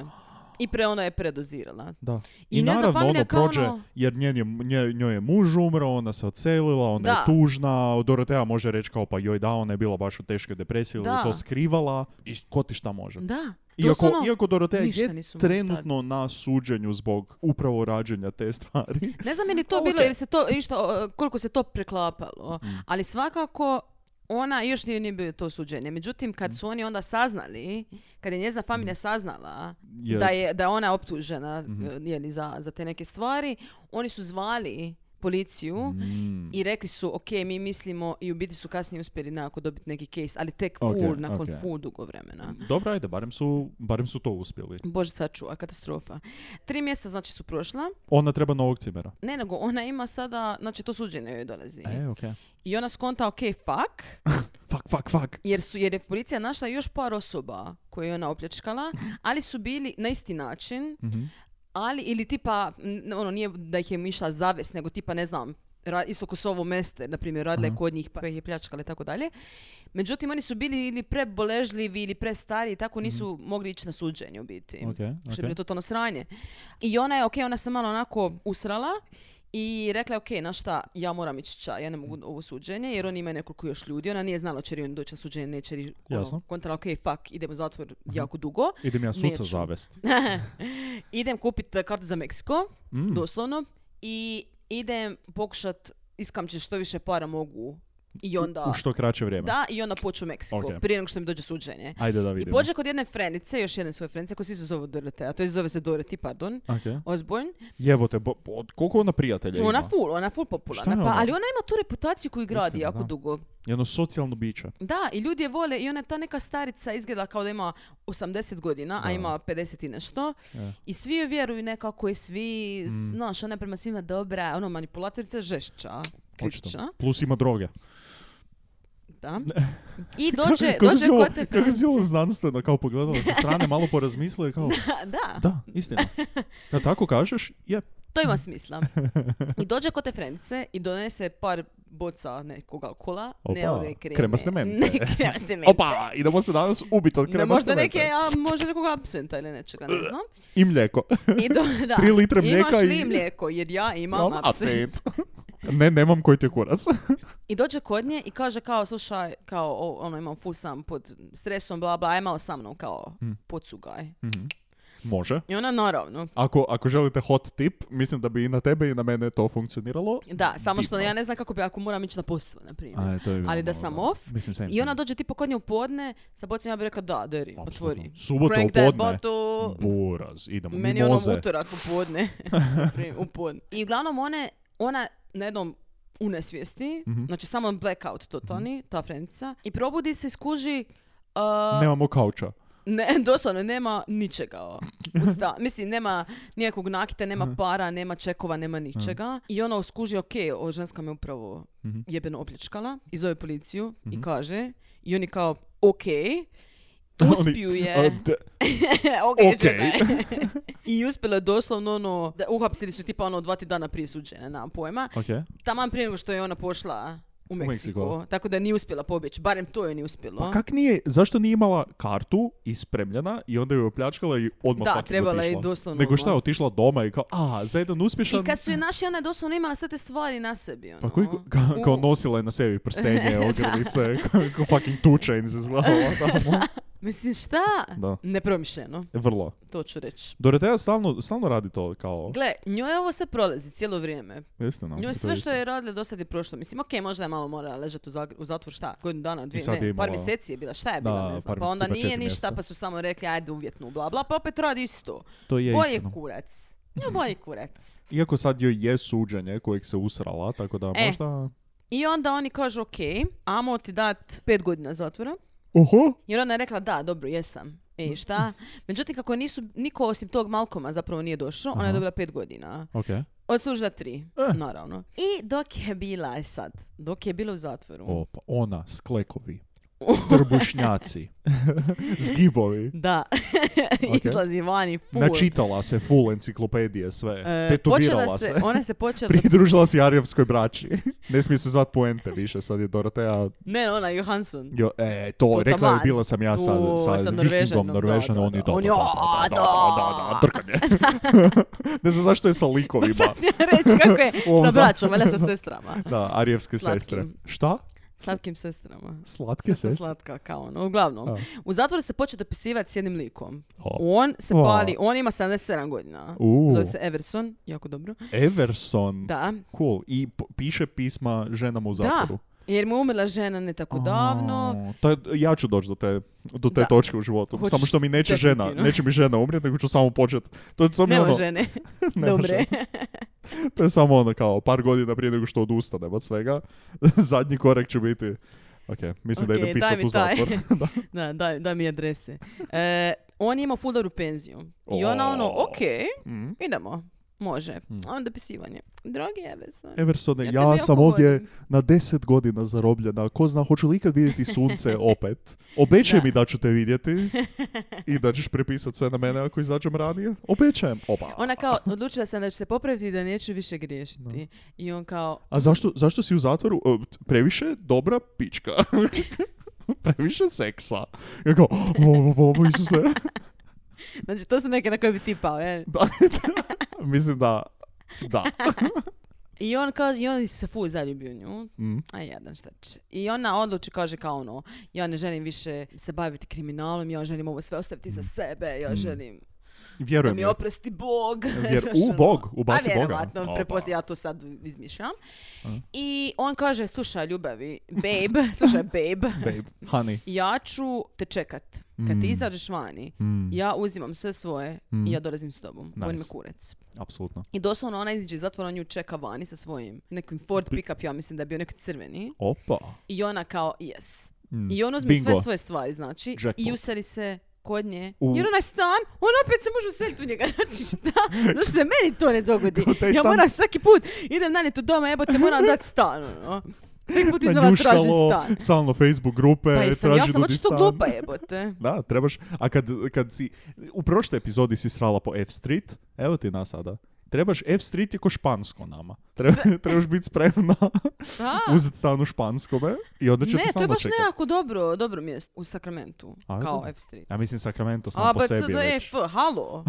E: I pre ona je predozirala.
D: da.
E: I
D: I,
E: ne znam,
D: naravno
E: familija
D: ono
E: kao
D: prođe,
E: ono-
D: jer njen je, nje- njoj je muž umro, ona se odselila, ona
E: Da.
D: je tužna, Dorotea može reći kao pa joj da, ona je bila baš u teškoj depresiji ili
E: Da.
D: je to skrivala i ko ti šta može.
E: Da.
D: Iako,
E: doslovno
D: iako Dorotea
E: ništa
D: je
E: nisu mogli
D: trenutno na suđenju zbog upravo rađenja te stvari.
E: Ne znam je li to
D: Ali
E: bilo
D: okej. Mm.
E: ili se to išta, o, koliko se to preklapalo, ali svakako ona još nije, nije bilo to suđenje. Međutim,
D: Mm.
E: kad su oni onda saznali, kad je njezina familija saznala
D: Je-
E: da je da je ona optužena
D: Mhm.
E: e, je li, za, za te neke stvari, oni su zvali policiju
D: Mm.
E: i rekli su ok, mi mislimo i u biti su kasnije uspjeli nekako dobiti neki case, ali tek full,
D: Ok,
E: nakon
D: ok.
E: full dugo vremena.
D: Dobro, ajde, barem su, barem su to uspjeli.
E: Bože sačuva, katastrofa. Tri mjesta znači su prošla.
D: Ona treba novog cimera.
E: Ne, nego ona ima sada, znači to suđenje joj dolazi.
D: E, okej.
E: I ona skonta, ok, fuck,
D: Fuck, fuck, fuck.
E: jer, su, jer je policija našla još par osoba koje je ona opljačkala, ali su bili na isti način,
D: Mhm.
E: ali ili tipa, n- ono nije da ih je mišla zaves, nego tipa ne znam, ra- isto ko su ovo meste, na primjer, radila je
D: Mhm.
E: kod njih pa ih je pljačkala i tako dalje. Međutim, oni su bili ili preboležljivi ili prestari i tako nisu mogli ići na suđenje u biti.
D: Mhm. Ok,
E: Što je
D: ok.
E: bilo totalno sranje. I ona je, ok, ona se malo onako usrala i rekla je, ok, na šta, ja moram ići ča, ja ne mogu ovo suđenje, jer oni imaju nekoliko još ljudi, ona nije znala će li on doći na suđenje, neće li, ono,
D: Jasno. Mhm.
E: kontra, ok, fuck, idem u zatvor jako dugo,
D: Idem ja suca
E: Neću.
D: zavest.
E: idem kupit e, kartu za Meksiko,
D: Mm.
E: doslovno, i idem pokušat iskamčiti što više para mogu i onda...
D: U što kraće vrijeme.
E: Da, i onda poću u Meksiko,
D: Ok.
E: prije nego što mi dođe suđenje.
D: Ajde da
E: I
D: vidimo.
E: pođe kod jedne frendice, još jedne svoje frendice, koja se isto zove Dorotea, to je zove se Dorothy, pardon,
D: Ok.
E: Osborne.
D: Jebote, bo, bo- koliko ona prijatelja
E: Ona
D: ima?
E: full, ona full popularna.
D: Šta je
E: Pa,
D: ona?
E: ali ona ima tu reputaciju koju gradi
D: Istina,
E: jako
D: da.
E: dugo.
D: Jedno socijalno biće.
E: Da, i ljudi je vole i ona je ta neka starica izgleda kao da ima 80 godina, a
D: Da. E.
E: ima 50 i nešto.
D: Je.
E: I svi joj vjeruju nekako i svi,
D: Mm.
E: znaš, ona je prema svima dobra, ono manipulatorica žešća, kritična,
D: Očito. Plus ima droge.
E: da. I dođe,
D: kako
E: dođe
D: si ovo-
E: kod te
D: Kako si ovo
E: Franci-
D: znanstveno kao pogledala sa strane, malo porazmislila i kao,
E: Da,
D: da, istina. Kad tako kažeš, je.
E: to ima smisla. I dođe kod te frenice i donese par boca nekog alkohola, ne
D: Opa,
E: ove kreme.
D: kremaste mente.
E: Ne, kremaste mente.
D: Opa, idemo se danas ubiti od
E: Ne,
D: krema
E: možda
D: stemete.
E: neke, a možda nekog absenta ili nečega, ne znam.
D: I mlijeko.
E: I do, da,
D: E. Tri litre
E: Imaš
D: mlijeka
E: li
D: i-
E: mlijeko, jer ja imam
D: Imam
E: absent.
D: absent. ne, nemam koji ti je kurac.
E: I dođe kod nje i kaže kao, slušaj, kao, o, ono, imam ful sam pod stresom, bla, bla, aj malo sa mnom, kao,
D: Hm.
E: pocugaj.
D: Mhm. Može.
E: I ona, naravno,
D: Ako, ako želite hot tip, mislim da bi i na tebe i na mene to funkcioniralo.
E: da, samo što
D: Divno.
E: ja ne znam kako bi, ako moram ići na posao, na primjer.
D: A, to je bilo
E: Ali da
D: malo,
E: sam
D: da.
E: off,
D: Mislim, same,
E: I ona
D: same.
E: dođe tipa kod nje u podne, sa bocom ja bih rekla da, deri, otvori.
D: Subota
E: Crank
D: u
E: that
D: podne.
E: bottle.
D: Buraz, idemo.
E: Meni je ono
D: mimoze.
E: utorak u podne. u podne. I uglavnom one, ona na jednom u nesvijesti,
D: Mhm.
E: znači samo blackout totalni, ta frendica, i probudi se i skuži, uh,
D: Nemamo kauča.
E: ne, doslovno nema ničega. o, u sta- mislim, nema nikakvog nakita,
D: Mhm.
E: nema para, nema čekova, nema ničega. I ono skuži, ok, o, ženska me upravo
D: Mhm.
E: jebeno opljačkala i zove policiju i kaže, i oni kao, ok,
D: Oni-
E: uspiju je.
D: A, d-
E: Okej,
D: Okej.
E: čekaj. I uspjelo je doslovno ono, da uhapsili su tipa ono dva ti dana prije suđenja, nemam pojma.
D: ok.
E: Taman prije nego što je ona pošla u Meksiko.
D: Meksiko.
E: Tako da nije uspjela pobjeći, barem to joj nije uspjelo.
D: Pa kak nije, zašto nije imala kartu ispremljena i onda ju je opljačkala i odmah
E: Da,
D: fucking
E: trebala je
D: otišla?
E: doslovno
D: Nego šta,
E: ono.
D: otišla doma i kao, a, za jedan uspješan...
E: I kad su je naši, ona je doslovno imala sve te stvari na sebi. Ono.
D: Pa koji, ka,
E: U-
D: kao nosila je na sebi prstenje, ogrlice, kao, kao fucking tuča iz glava tamo.
E: Mislim, šta?
D: Da.
E: Nepromišljeno,
D: Vrlo.
E: to ću reći.
D: Dorotea stalno, stalno radi to kao...
E: Gle, njoj ovo sve prolazi cijelo vrijeme.
D: Istina. to
E: Njoj
D: je
E: sve što
D: istina.
E: je radila do sad je prošlo. Mislim, okej, možda je malo morala ležati u, zagr- u zatvoru, šta? Godinu dana, dvije,
D: sad
E: ne,
D: je
E: par
D: imala-
E: mjeseci je bila, šta je
D: Da,
E: bila, ne znam.
D: par
E: Pa onda
D: mjeseci, pa
E: nije
D: četiri
E: ništa,
D: mjeseca.
E: pa su samo rekli, ajde uvjetnu, bla, bla, pa opet radi isto.
D: To je
E: Bolje
D: istina.
E: kurac. Njoj bolje kurac.
D: Iako sad joj je suđenje kojeg se usrala, tako da
E: E.
D: možda...
E: I onda oni kažu, okej, amo ti dat pet godina zatvora.
D: oho,
E: Jer ona je rekla da, dobro, jesam.
D: Mm.
E: E, šta? Međutim, kako nisu, niko osim tog Malkoma zapravo nije došao, ona
D: Aha.
E: je dobila pet godina.
D: ok.
E: Odslužila tri,
D: Eh.
E: naravno. I dok je bila, e sad, dok je bila u zatvoru.
D: Opa, ona, sklekovi, trbušnjaci, zgibovi.
E: Da,
D: Ok.
E: izlazi vani, ful.
D: Načitala se full enciklopedije sve,
E: E,
D: tetovirala
E: počela
D: se.
E: se. Ona se počela...
D: Pridružila se Arjevskoj braći. Ne smije se zvat Puente više, sad je Dorotea...
E: Ne, ona, Johansson.
D: Jo, e, to,
E: To
D: rekla je,
E: taman.
D: bila sam ja sa,
E: Tota Tu,
D: sa,
E: sa
D: vikingom
E: Norvežanom, da,
D: Norvežanom,
E: da,
D: on je
E: da.
D: dobro,
E: On je,
D: da,
E: a,
D: da, da, da, da, drkanje. ne znam zašto je sa likovima.
E: Reći kako je
D: U ovom
E: sa braćom,
D: zakonu.
E: valjda sa sestrama.
D: Da, Arijevske
E: Slatkim.
D: sestre. Šta?
E: Slatkim sestrama.
D: Slatke
E: Sestra
D: sestre?
E: slatka, kao ono. Uglavnom,
D: A.
E: u zatvoru se počeo dopisivati s jednim likom.
D: O,
E: On se
D: O.
E: pali, on ima 77 godina.
D: U.
E: Zove se Everson, jako dobro.
D: Everson.
E: Da,
D: Cool. I p- piše pisma ženama u zatvoru.
E: jer mu je umrla žena ne tako davno.
D: A, to je, ja ću doći do te, do te
E: Da.
D: točke u životu.
E: Hoćeš
D: samo što mi neće žena,
E: definitivno.
D: neće mi žena umrijeti, nego ću samo početi. To, to mi je
E: Nema
D: ono,
E: žene,
D: nema
E: da umre.
D: To je samo ono kao par godina prije nego što odustanem od svega. Zadnji korak će biti Ok, mislim
E: Ok,
D: da idem
E: daj
D: pisat
E: mi
D: u
E: taj.
D: zatvor. da.
E: da, daj, daj mi adrese. E, on je imao full dobru penziju. I
D: O.
E: ona ono, ok,
D: Mm.
E: idemo, može.
D: Mm.
E: A onda pisivanje. Drogi Everson.
D: Eversone,
E: Ja
D: ja,
E: tebe jako
D: sam ovdje
E: volim.
D: na deset godina zarobljena. Ko zna, hoću li ikad vidjeti sunce opet? Obećaj
E: Da.
D: mi da ću te vidjeti i da ćeš prepisat sve na mene ako izađem ranije. Obećajem. Opa.
E: Ona kao, odlučila sam da ću se popraviti i da neću više griješiti. I on kao,
D: A zašto, zašto si u zatvoru? E, t- Previše dobra pička. Previše seksa. Ja kao, o, o, o, Isuse.
E: znači to su neke na koje bi ti pao, jel?
D: Da, da. Mislim da, da.
E: I on kaže, i on se fu zaljubi u nju.
D: Mm.
E: A jedan šta će. I ona odluči, kaže kao ono, ja ne želim više se baviti kriminalom, ja želim ovo sve ostaviti za sebe, ja želim da
D: Vjerujem
E: mi
D: joj.
E: oprosti Bog.
D: Jer
E: Znaš,
D: u
E: ono.
D: Bog, ubaci
E: A
D: Boga.
E: vjerovatno,
D: Opa.
E: preposlije, ja to sad izmišljam.
D: Mhm.
E: I on kaže, slušaj ljubavi, babe, slušaj babe,
D: Babe, honey.
E: ja ću te čekat. Kad
D: Mm.
E: ti izađeš vani,
D: Mm,
E: ja uzimam sve svoje
D: Mm.
E: i ja dolazim s tobom. On
D: Nice.
E: me kurec.
D: Apsolutno.
E: I doslovno ona iziđe iz zatvora, on nju čeka vani sa svojim nekim Ford pickup, ja mislim da je bio neki crveni.
D: Opa.
E: I ona kao, yes.
D: Mm.
E: I on uzme
D: Bingo.
E: sve svoje stvari, znači,
D: Jackpot.
E: i useli se kod nje.
D: U.
E: Jer onaj stan, on opet se može useliti u njega. Znači šta? Zato što se meni to ne dogodi.
D: Kao taj
E: ja
D: stan-
E: moram svaki put, idem na to doma, jebote, moram dati stan. Ono. Svaki put iznova
D: Nanjuškalo,
E: tražim stan.
D: Pa Stalno Facebook grupe,
E: Pa i sam, ja
D: traži
E: sam
D: ljudi
E: očito
D: E, stan.
E: glupa jebote.
D: Da, trebaš, a kad, kad si, u prošloj epizodi si srala po F Street, evo ti nas sada. Trebaš, F Street je ko špansko nama. Treba, trebaš biti spremna
E: Da.
D: uzeti stan u španskome i onda
E: ne,
D: će te
E: to je
D: stalno
E: baš
D: čekat.
E: nekako dobro, dobro mjesto u Sakramentu,
D: A,
E: kao
D: dobro.
E: F Street.
D: Ja mislim Sacramento sam
E: A,
D: po
E: B, C,
D: sebi.
E: D,
D: je
E: E,
D: već.
E: F, halo.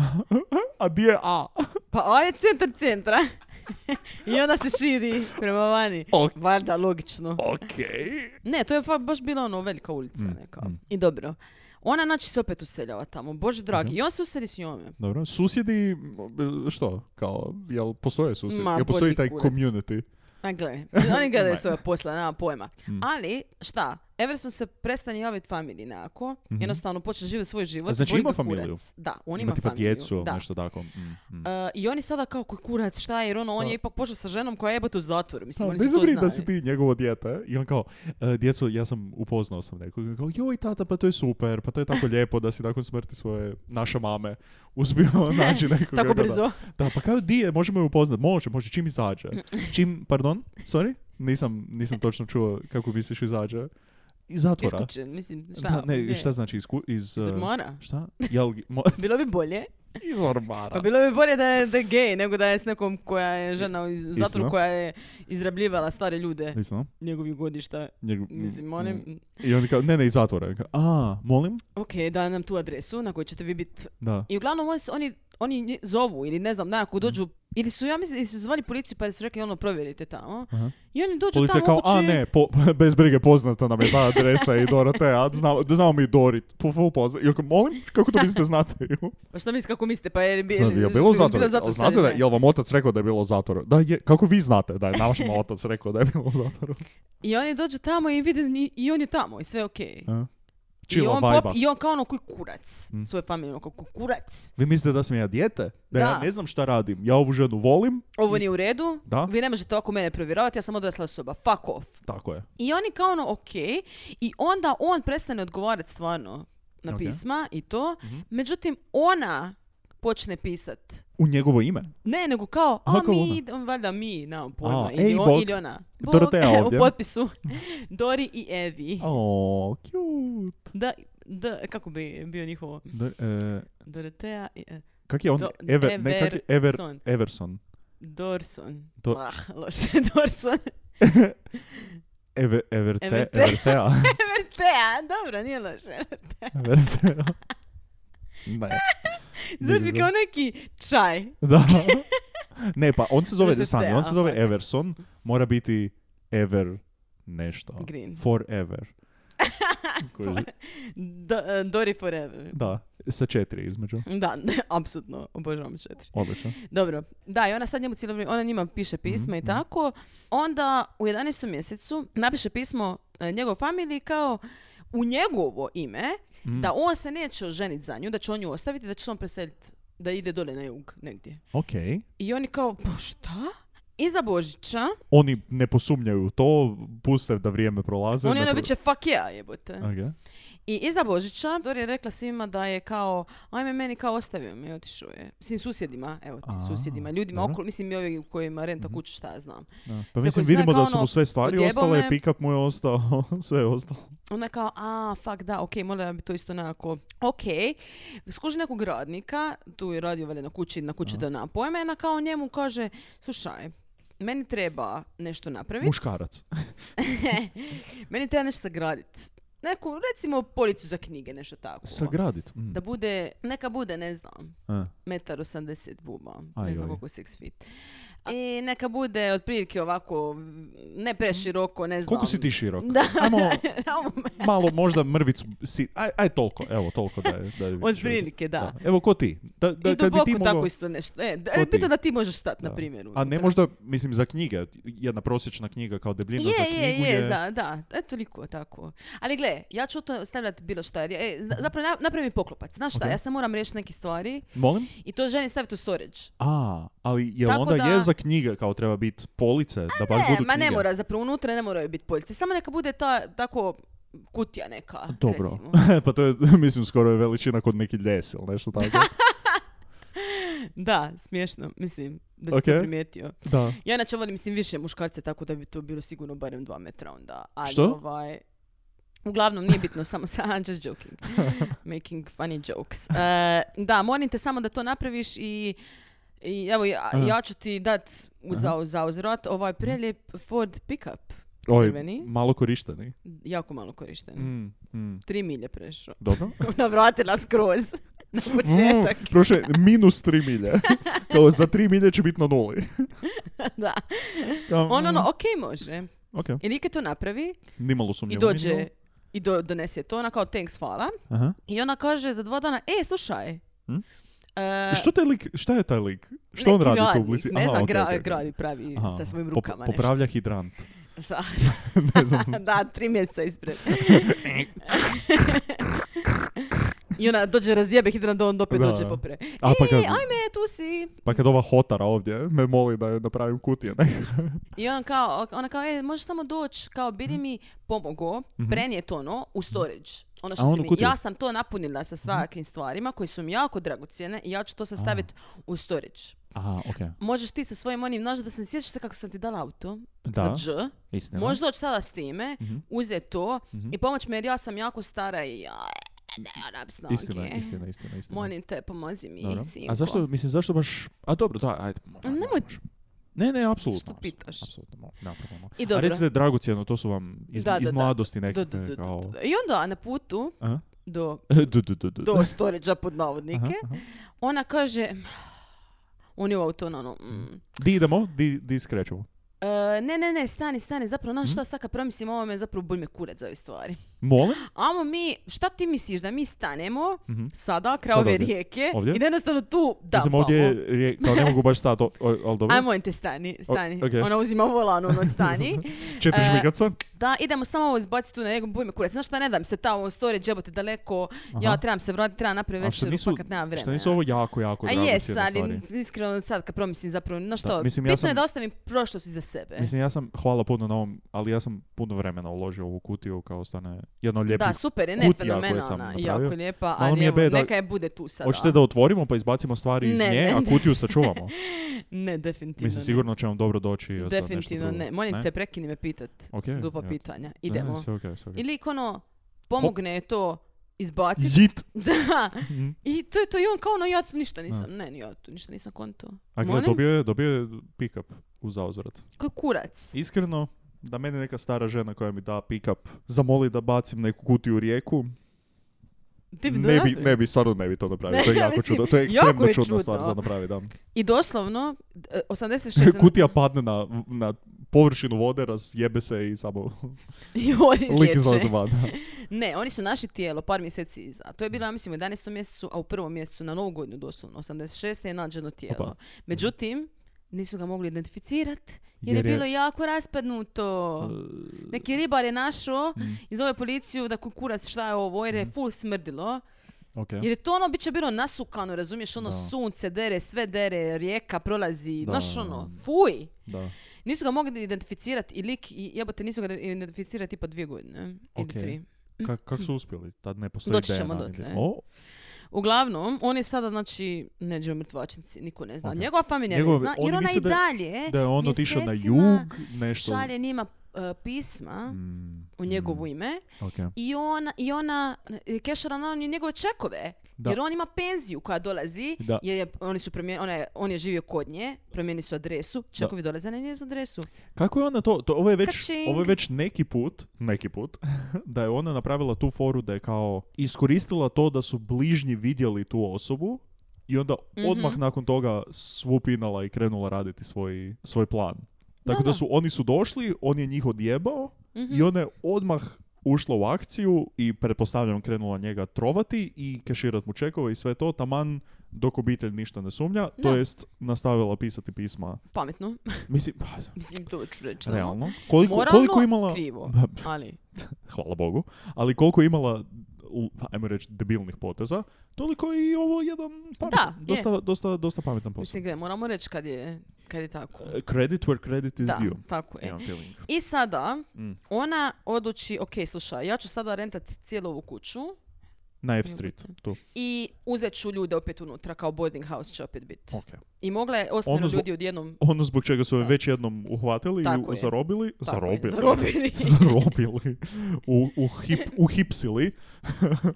D: A di je A?
E: Pa A je centar centra. I onda se širi prema vani.
D: Ok.
E: Valjda, logično.
D: Okej.
E: Ne, to je fa- baš bila ono velika ulica
D: Mm,
E: neka.
D: mm.
E: I dobro. Ona znači se opet useljava tamo, bože
D: Mhm.
E: dragi. I on se useli s njome.
D: Dobro, susjedi, m, što, kao, jel postoje susjedi?
E: Ma,
D: jel postoji
E: boli
D: taj
E: kurac.
D: community?
E: A gle, oni gledaju
D: Ma.
E: svoje posla, nema pojma.
D: Mm.
E: Ali, šta, Everson se prestane javiti familiji nekako, jednostavno počne živjeti svoj život.
D: Mhm. Znači,
E: boli
D: ima
E: ga
D: familiju?
E: kurac. Da, on ima,
D: tipa
E: familiju.
D: djecu ili
E: da.
D: nešto tako. Mm, mm.
E: E, I oni sada kao koji kurac, šta je, jer ono, on
D: Da.
E: je ipak pošao sa ženom koja je jebote u zatvoru. Mislim,
D: Da,
E: oni
D: ne
E: su to
D: zabrini
E: znali.
D: da Pa, si ti njegovo dijete i on kao, e, djeco, ja sam upoznao sam nekog. I on kao, joj tata, pa to je super, pa to je tako lijepo da si nakon smrti svoje, naše mame, uspio naći nekoga.
E: Tako
D: da-
E: brzo.
D: Da, pa kao di je, možemo je upoznat, može, može, čim izađe. Čim, pardon, sorry, nisam, nisam točno čuo kako misliš izađe. Iz zatvora.
E: Iskućen, mislim, šta?
D: Da, ne,
E: gdje?
D: šta znači iz, ku- iz,
E: Iz
D: eh,
E: ormara?
D: Šta? Jel, mo,
E: Bilo bi bolje.
D: iz ormara.
E: Pa bilo bi bolje da je, da je gej nego da je s nekom koja je žena iz u
D: Istina.
E: zatvoru koja je izrabljivala stare ljude
D: Mislim,
E: njegovih godišta.
D: njegov-
E: Mislim,
D: mm.
E: oni... mm,
D: I on kao, ne, ne, iz zatvora. Ja kao, A, molim?
E: Ok, daj nam tu adresu na kojoj ćete vi biti.
D: Da.
E: I uglavnom oni, s- oni, oni nje- zovu ili ne znam, nekako
D: Mhm.
E: dođu ili su, ja mislim, ili su zvali policiju pa su rekli ono, provjerite tamo.
D: Aha.
E: I oni dođu
D: Pa Policija
E: tamo
D: kao, a
E: obučeni-
D: ne, po, bez brige, poznata nam je ta adresa i Dorotea, znamo, znamo mi Dorit, po, po, pozna. I on kao, molim, kako to mislite, znate ju?
E: Pa šta mislite, kako mislite, pa je, bi,
D: Je
E: što
D: bilo
E: bi
D: u zatvoru?
E: zatvoru,
D: A Znate
E: sad
D: da,
E: ne.
D: jel vam otac rekao da je bilo u zatvoru? Da, je, kako vi znate da je naš otac rekao da je bilo u zatvoru?
E: I oni dođu tamo i vide ni- i on je tamo i sve je okej.
D: A?
E: I
D: chilla
E: on,
D: vibe
E: pop- I on kao ono koji kurac.
D: Mm.
E: Svoje familije, ono kao "Koji kurac.
D: Vi mislite da sam ja dijete? Da, ja
E: Da.
D: ne znam šta radim. Ja ovu ženu volim.
E: Ovo nije u redu.
D: Da.
E: Vi ne možete ovako mene provjeravati, ja sam odrasla osoba. Fuck off.
D: Tako je.
E: I oni kao ono, ok. I onda on prestane odgovarati stvarno na
D: Ok. Mhm.
E: pisma i to. Međutim, ona počne pisat.
D: U njegovo ime.
E: Ne, nego kao, a,
D: Aha, kao ona.
E: mi, on, valjda mi, nemam pojma.
D: A,
E: ili,
D: ej,
E: on-
D: Bog.
E: ili ona.
D: Dorotea
E: evo,
D: ovdje.
E: U potpisu. Dori i Evi.
D: Oh, cute.
E: Da, da, kako bi bio njihovo?
D: Da, e,
E: Dorotea i e,
D: kak je on?
E: Do-
D: Ever, ne, kak je? Ever,
E: Everson.
D: Everson.
E: Dorson.
D: Do-
E: Ah, loše, Dorson.
D: Ever, Everte,
E: Everte.
D: Evertea.
E: Evertea, dobro, nije loše.
D: Evertea. Ne.
E: Zvuči Znači, kao neki čaj.
D: Da. Ne, pa on se zove,
E: Evertea,
D: stani, on se zove
E: fuck.
D: Everson, mora biti Ever nešto.
E: Green.
D: Forever. Kuži.
E: Do- e, Dori forever.
D: Da, sa četiri između.
E: Da, apsolutno, obožavam četiri.
D: Odlično.
E: Dobro, da, i ona sad njemu cijelo vrijeme, ona njima piše pisma i tako. Onda u 11. mjesecu napiše pismo e, njegov familiji kao u njegovo ime, da on se neće oženiti za nju, da će on nju ostaviti, da će se on preseliti, da ide dole na jug negdje.
D: Ok.
E: I oni kao, pa šta? Iza Božića,
D: Oni ne posumnjaju u to, puste da vrijeme prolaze.
E: oni
D: ne
E: ono
D: pro-
E: bit će fuck yeah jebote.
D: Ok.
E: I iza Božića, Dor je rekla svima da je kao, ajme meni kao ostavio me i otišao je. Mislim susjedima, evo ti,
D: A,
E: susjedima, ljudima
D: dobro. Mhm.
E: okolo, mislim i ovi u kojima renta kuću, šta ja znam.
D: Da. Pa
E: Sve
D: mislim,
E: koji znaju
D: vidimo
E: kao
D: da su
E: ono,
D: mu sve stvari
E: odjebao
D: ostale,
E: me.
D: pick-up mu je ostao, sve je ostalo.
E: Onda je kao, a, fuck, da, ok, mora bi to isto nekako, ok. Skuži nekog radnika, tu je radio valjda na kući, na kući da napojme, ona kao njemu kaže, slušaj, meni treba nešto napraviti.
D: Muškarac.
E: Meni treba nešto sagraditi. Neku, recimo, policu za knjige, nešto tako.
D: Sagradit. Mm.
E: da bude, neka bude, ne znam,
D: E,
E: metar 80 buba,
D: Aj,
E: ne znam
D: joj.
E: koliko six feet. I neka bude otprilike ovako, ne preširoko, ne znam.
D: Koliko si ti širok?
E: Da.
D: Ajmo
E: Samo me-
D: malo možda mrvicu, si, aj, aj toliko, evo toliko da je. Da je
E: Otprilike, da.
D: Evo, ko ti? Da, da,
E: I
D: kad bi
E: duboko
D: ti mogao-
E: tako isto nešto. E, da,
D: To ti.
E: bitno da ti možeš stati,
D: Da.
E: na primjer.
D: A ne
E: unutra.
D: možda, mislim, za knjige, jedna prosječna knjiga kao debljina za
E: Je,
D: knjigu
E: je, je, za, da, e, toliko tako. Ali gle, ja ću to stavljati bilo šta. jer je- E, zna- zapravo, na- napravi mi poklopac. Znaš šta,
D: Mhm. Ok.
E: ja sam moram riješiti neke stvari
D: Molim?
E: i to želim staviti u storage.
D: A, ali jel
E: Tako
D: onda
E: da-
D: je za knjige kao treba biti police, da baš
E: Ne,
D: budu
E: E, ma ne
D: knjige?
E: mora, zapravo unutra ne moraju biti police. Samo neka bude ta, tako, kutija neka,
D: Dobro.
E: recimo.
D: pa to je, mislim, skoro je veličina kod neki ljes ili nešto tako.
E: Da, smiješno, mislim, da si to
D: Ok.
E: primijetio.
D: da.
E: Ja inače volim, mislim, više muškarce, tako da bi to bilo sigurno barem dva metra onda. Ali
D: Što?
E: ovaj... Uglavnom, nije bitno, samo sa, I'm just joking. Making funny jokes. E, da, molim te samo da to napraviš i, i evo, ja,
D: Aha. Mhm.
E: ja ću ti dat uzao za uzvrat ovaj prelijep Ford pickup.
D: Oj,
E: Crveni.
D: malo korišteni.
E: Jako malo korišten.
D: Mm, mm.
E: Tri milje prešao.
D: Dobro.
E: Navratila skroz. Na početak,
D: Mm, prošlo je minus tri milje. kao za tri milje će biti na nuli.
E: da.
D: Kao,
E: On ono,
D: mm,
E: okej može.
D: Ok,
E: I Nike to napravi
D: nimalo
E: i
D: sumnjivo.
E: dođe
D: nimalo.
E: i do, donese to, ona kao thanks, hvala.
D: Aha.
E: I ona kaže za dva dana, e, slušaj.
D: Hm?
E: e,
D: Što taj lik, šta je taj lik? Što on
E: neki
D: radi tu u
E: radnik,
D: blizini?
E: Ne
D: Aha,
E: znam,
D: ok,
E: gra-
D: ok, ok.
E: gradi pravi
D: Aha,
E: sa svojim
D: pop-
E: rukama nešto.
D: Popravlja hidrant.
E: Sa-
D: ne znam.
E: da, tri mjeseca ispred. I ona dođe razjebe hidran da on opet
D: Da.
E: dođe popre.
D: A, pa
E: e,
D: kad-
E: ajme, tu si.
D: Pa kad ova hotara ovdje me moli da joj napravim kutije. Ne?
E: I on kao, ona kao, e, možeš samo doći, kao, bili
D: Mhm.
E: mi pomogo, prenijet ono u storage. Ono
D: A, Mhm.
E: što
D: ono
E: si mi,
D: u kutiju.
E: ja sam to napunila sa svakim stvarima koje su mi jako dragocjene i ja ću to sad staviti u storage.
D: Aha, okej.
E: Možeš ti sa svojim onim, znaš da sam sjećaš se kako sam ti dala auto
D: Da, Mhm.
E: za dž,
D: istina.
E: možeš doći sada s time, uzeti to
D: Mhm.
E: i pomoć mi jer ja sam jako stara i ja nemam snage.
D: Istina, istina, istina, istina.
E: Molim te, pomozi mi,
D: Dobro.
E: sinko.
D: A zašto, mislim, zašto baš... A dobro, da, ajde. mo- ajde,
E: nemoj-
D: može. Ne, ne, apsolutno.
E: Što
D: apsolutno,
E: pitaš?
D: Apsolutno, mo- nema problema.
E: I dobro.
D: A recite, dragocjeno, to su vam iz,
E: Da,
D: iz
E: da, da.
D: mladosti
E: Do, do,
D: nekakve
E: do, do,
D: kao...
E: do. I onda na putu
D: A?
E: do,
D: Du, du, du, du.
E: do stoređa pod
D: Aha,
E: navodnike,
D: aha.
E: ona kaže, on je u auto, ono, ono, mm.
D: Di idemo, di, di skrećemo.
E: E, ne, ne, ne, stani, stani, zapravo,
D: Mhm.
E: znaš šta, sad kad promislim ovo me zapravo bolj me kurac za ove stvari.
D: Molim?
E: Amo mi, šta ti misliš da mi stanemo
D: Mhm.
E: sada kraj
D: Sad
E: ove
D: ovdje.
E: rijeke
D: Ovdje?
E: i da pa, jednostavno tu
D: Mislim,
E: dampamo?
D: ovdje je, rije- kao ne mogu baš stati, o- o- ali dobro.
E: Ajmo te stani, stani.
D: okej.
E: Ona uzima volan, ono stani.
D: Četiri
E: e,
D: žmigaca.
E: da idemo samo ovo izbaciti tu na nekom bujme kurac. Znaš šta, ne dam se ta ovo storage, jebote daleko, ja
D: Aha.
E: trebam se vratiti, trebam napraviti
D: A što
E: večeru,
D: nisu,
E: fakat nemam vremena.
D: što nisu ovo jako, jako
E: A
D: dragocjene
E: jes, ali
D: stvari?
E: iskreno sad kad promislim zapravo, no što,
D: mislim, ja
E: bitno
D: sam-
E: je da ostavim prošlost iza sebe.
D: Mislim, ja sam, hvala puno na ovom, ali ja sam puno vremena uložio u ovu kutiju kao stane jedno lijepo.
E: da, super, je ne,
D: kutija koje sam
E: fenomenalna, jako
D: napravio.
E: je lijepa,
D: Malo mi
E: ali
D: je
E: evo,
D: beda-
E: neka je bude tu sada.
D: Hoćete da otvorimo pa izbacimo stvari iz
E: Ne,
D: nje,
E: ne,
D: a
E: ne.
D: kutiju sačuvamo?
E: Ne, definitivno
D: Mislim,
E: ne.
D: sigurno će vam dobro doći sad nešto
E: Definitivno
D: drugo.
E: ne. Molim te, prekini me pitat.
D: Ok,
E: Dupa
D: ja.
E: pitanja.
D: Ne,
E: Idemo.
D: sve okej, sve okej.
E: Ili lik ono, pomogne je to izbacit.
D: Jit!
E: Da.
D: Mhm.
E: I to je to. I on kao ono, ja tu ništa nisam. Ne, ni ja tu ništa nisam konto.
D: A gle,
E: Molim?
D: dobio je, dobio je pick-up u zauzvrat.
E: Koji kurac?
D: Iskreno, da mene neka stara žena koja mi da pick-up zamoli da bacim neku kutiju u rijeku,
E: Ti bi
D: ne bi,
E: donator-
D: ne bi, stvarno ne bi to napravio.
E: Ne,
D: To je jako
E: mislim,
D: čudno, to je
E: jako
D: ekstremno
E: je
D: čudna stvar
E: čudno.
D: za napravi, da.
E: I doslovno, e, 86...
D: Kutija padne na, na površinu vode, razjebe se i samo
E: I oni
D: lik
E: izliječe.
D: izlazi van. da.
E: Ne, oni su našli tijelo par mjeseci iza. To je bilo, ja mislim, u 11. mjesecu, a u prvom mjesecu, na novu godinu doslovno, 86. je nađeno tijelo.
D: Opa. Mhm.
E: Međutim, nisu ga mogli identificirati jer,
D: Jer
E: je
D: je- E.
E: bilo jako raspadnuto. Neki ribar je našao
D: Mhm.
E: i zove policiju da kurac šta je ovo jer je full smrdilo.
D: Ok.
E: Jer je to ono biće bilo nasukano, razumiješ, ono
D: Da.
E: sunce dere, sve dere, rijeka prolazi,
D: Da,
E: znaš
D: da,
E: ono,
D: da.
E: fuj.
D: Da.
E: Nisu ga mogli identificirati i lik, i jebote, nisu ga identificirati pa dvije godine,
D: Ok.
E: ili tri.
D: Ka- kak su uspjeli? Tad ne postoji
E: Doći
D: DNA,
E: ćemo
D: ni-
E: dotle.
D: O,
E: Uglavnom, on je sada, znači, neđe u mrtvačnici, niko ne zna.
D: Ok.
E: Njegova familija
D: Njegova-
E: ne zna,
D: oni
E: jer ona
D: misle
E: i
D: da je-
E: dalje
D: da je on otišao na
E: E, mjesecima
D: jug, nešto...
E: šalje njima e, pisma
D: Mm,
E: u njegovu ime
D: mm, ok.
E: i ona, i ona e, kešara na on njegove čekove.
D: Da.
E: Jer on ima penziju koja dolazi,
D: Da.
E: jer je, oni su promijen- ona je, on je živio kod nje, promijenili su adresu, čekovi dolaze na njezinu adresu.
D: Kako je ona to, to ovo, je već,
E: Ka-ching.
D: ovo je već neki put, neki put, da je ona napravila tu foru da je kao iskoristila to da su bližnji vidjeli tu osobu i onda odmah nakon toga svupinala i krenula raditi svoj, svoj plan. Tako da Mhm.
E: da.
D: su, oni su došli, on je njih odjebao i ona je odmah ušla u akciju i pretpostavljam krenula njega trovati i keširat mu čekove i sve to, taman dok obitelj ništa ne sumnja, to
E: Da.
D: jest nastavila pisati pisma.
E: Pametno,
D: Mislim, pa,
E: mislim to ću reći. ono.
D: Realno. Koliko,
E: Moralno
D: koliko imala...
E: krivo, ali
D: Hvala Bogu. Ali koliko imala l- ajmo reći, debilnih poteza, toliko je i ovo jedan pametan,
E: Da, je.
D: dosta, dosta, dosta pametan posao.
E: mislim gdje, moramo reći kad je, kad je tako.
D: E, Credit where credit is
E: Da, E.
D: due.
E: tako je.
D: Imam feeling.
E: I sada
D: Mm.
E: ona odluči, ok, slušaj, ja ću sada rentati cijelu ovu kuću
D: Na F Street, tu.
E: i uzet ću ljude opet unutra, kao boarding house će opet biti.
D: Ok.
E: I mogla je osmero
D: Ono zbog-
E: ljudi odjednom
D: Ono zbog čega su je
E: Sad.
D: već jednom uhvatili
E: Tako
D: i
E: je.
D: zarobili.
E: Tako je,
D: zarobili.
E: zarobili.
D: zarobili. U, u, hip, uhipsili.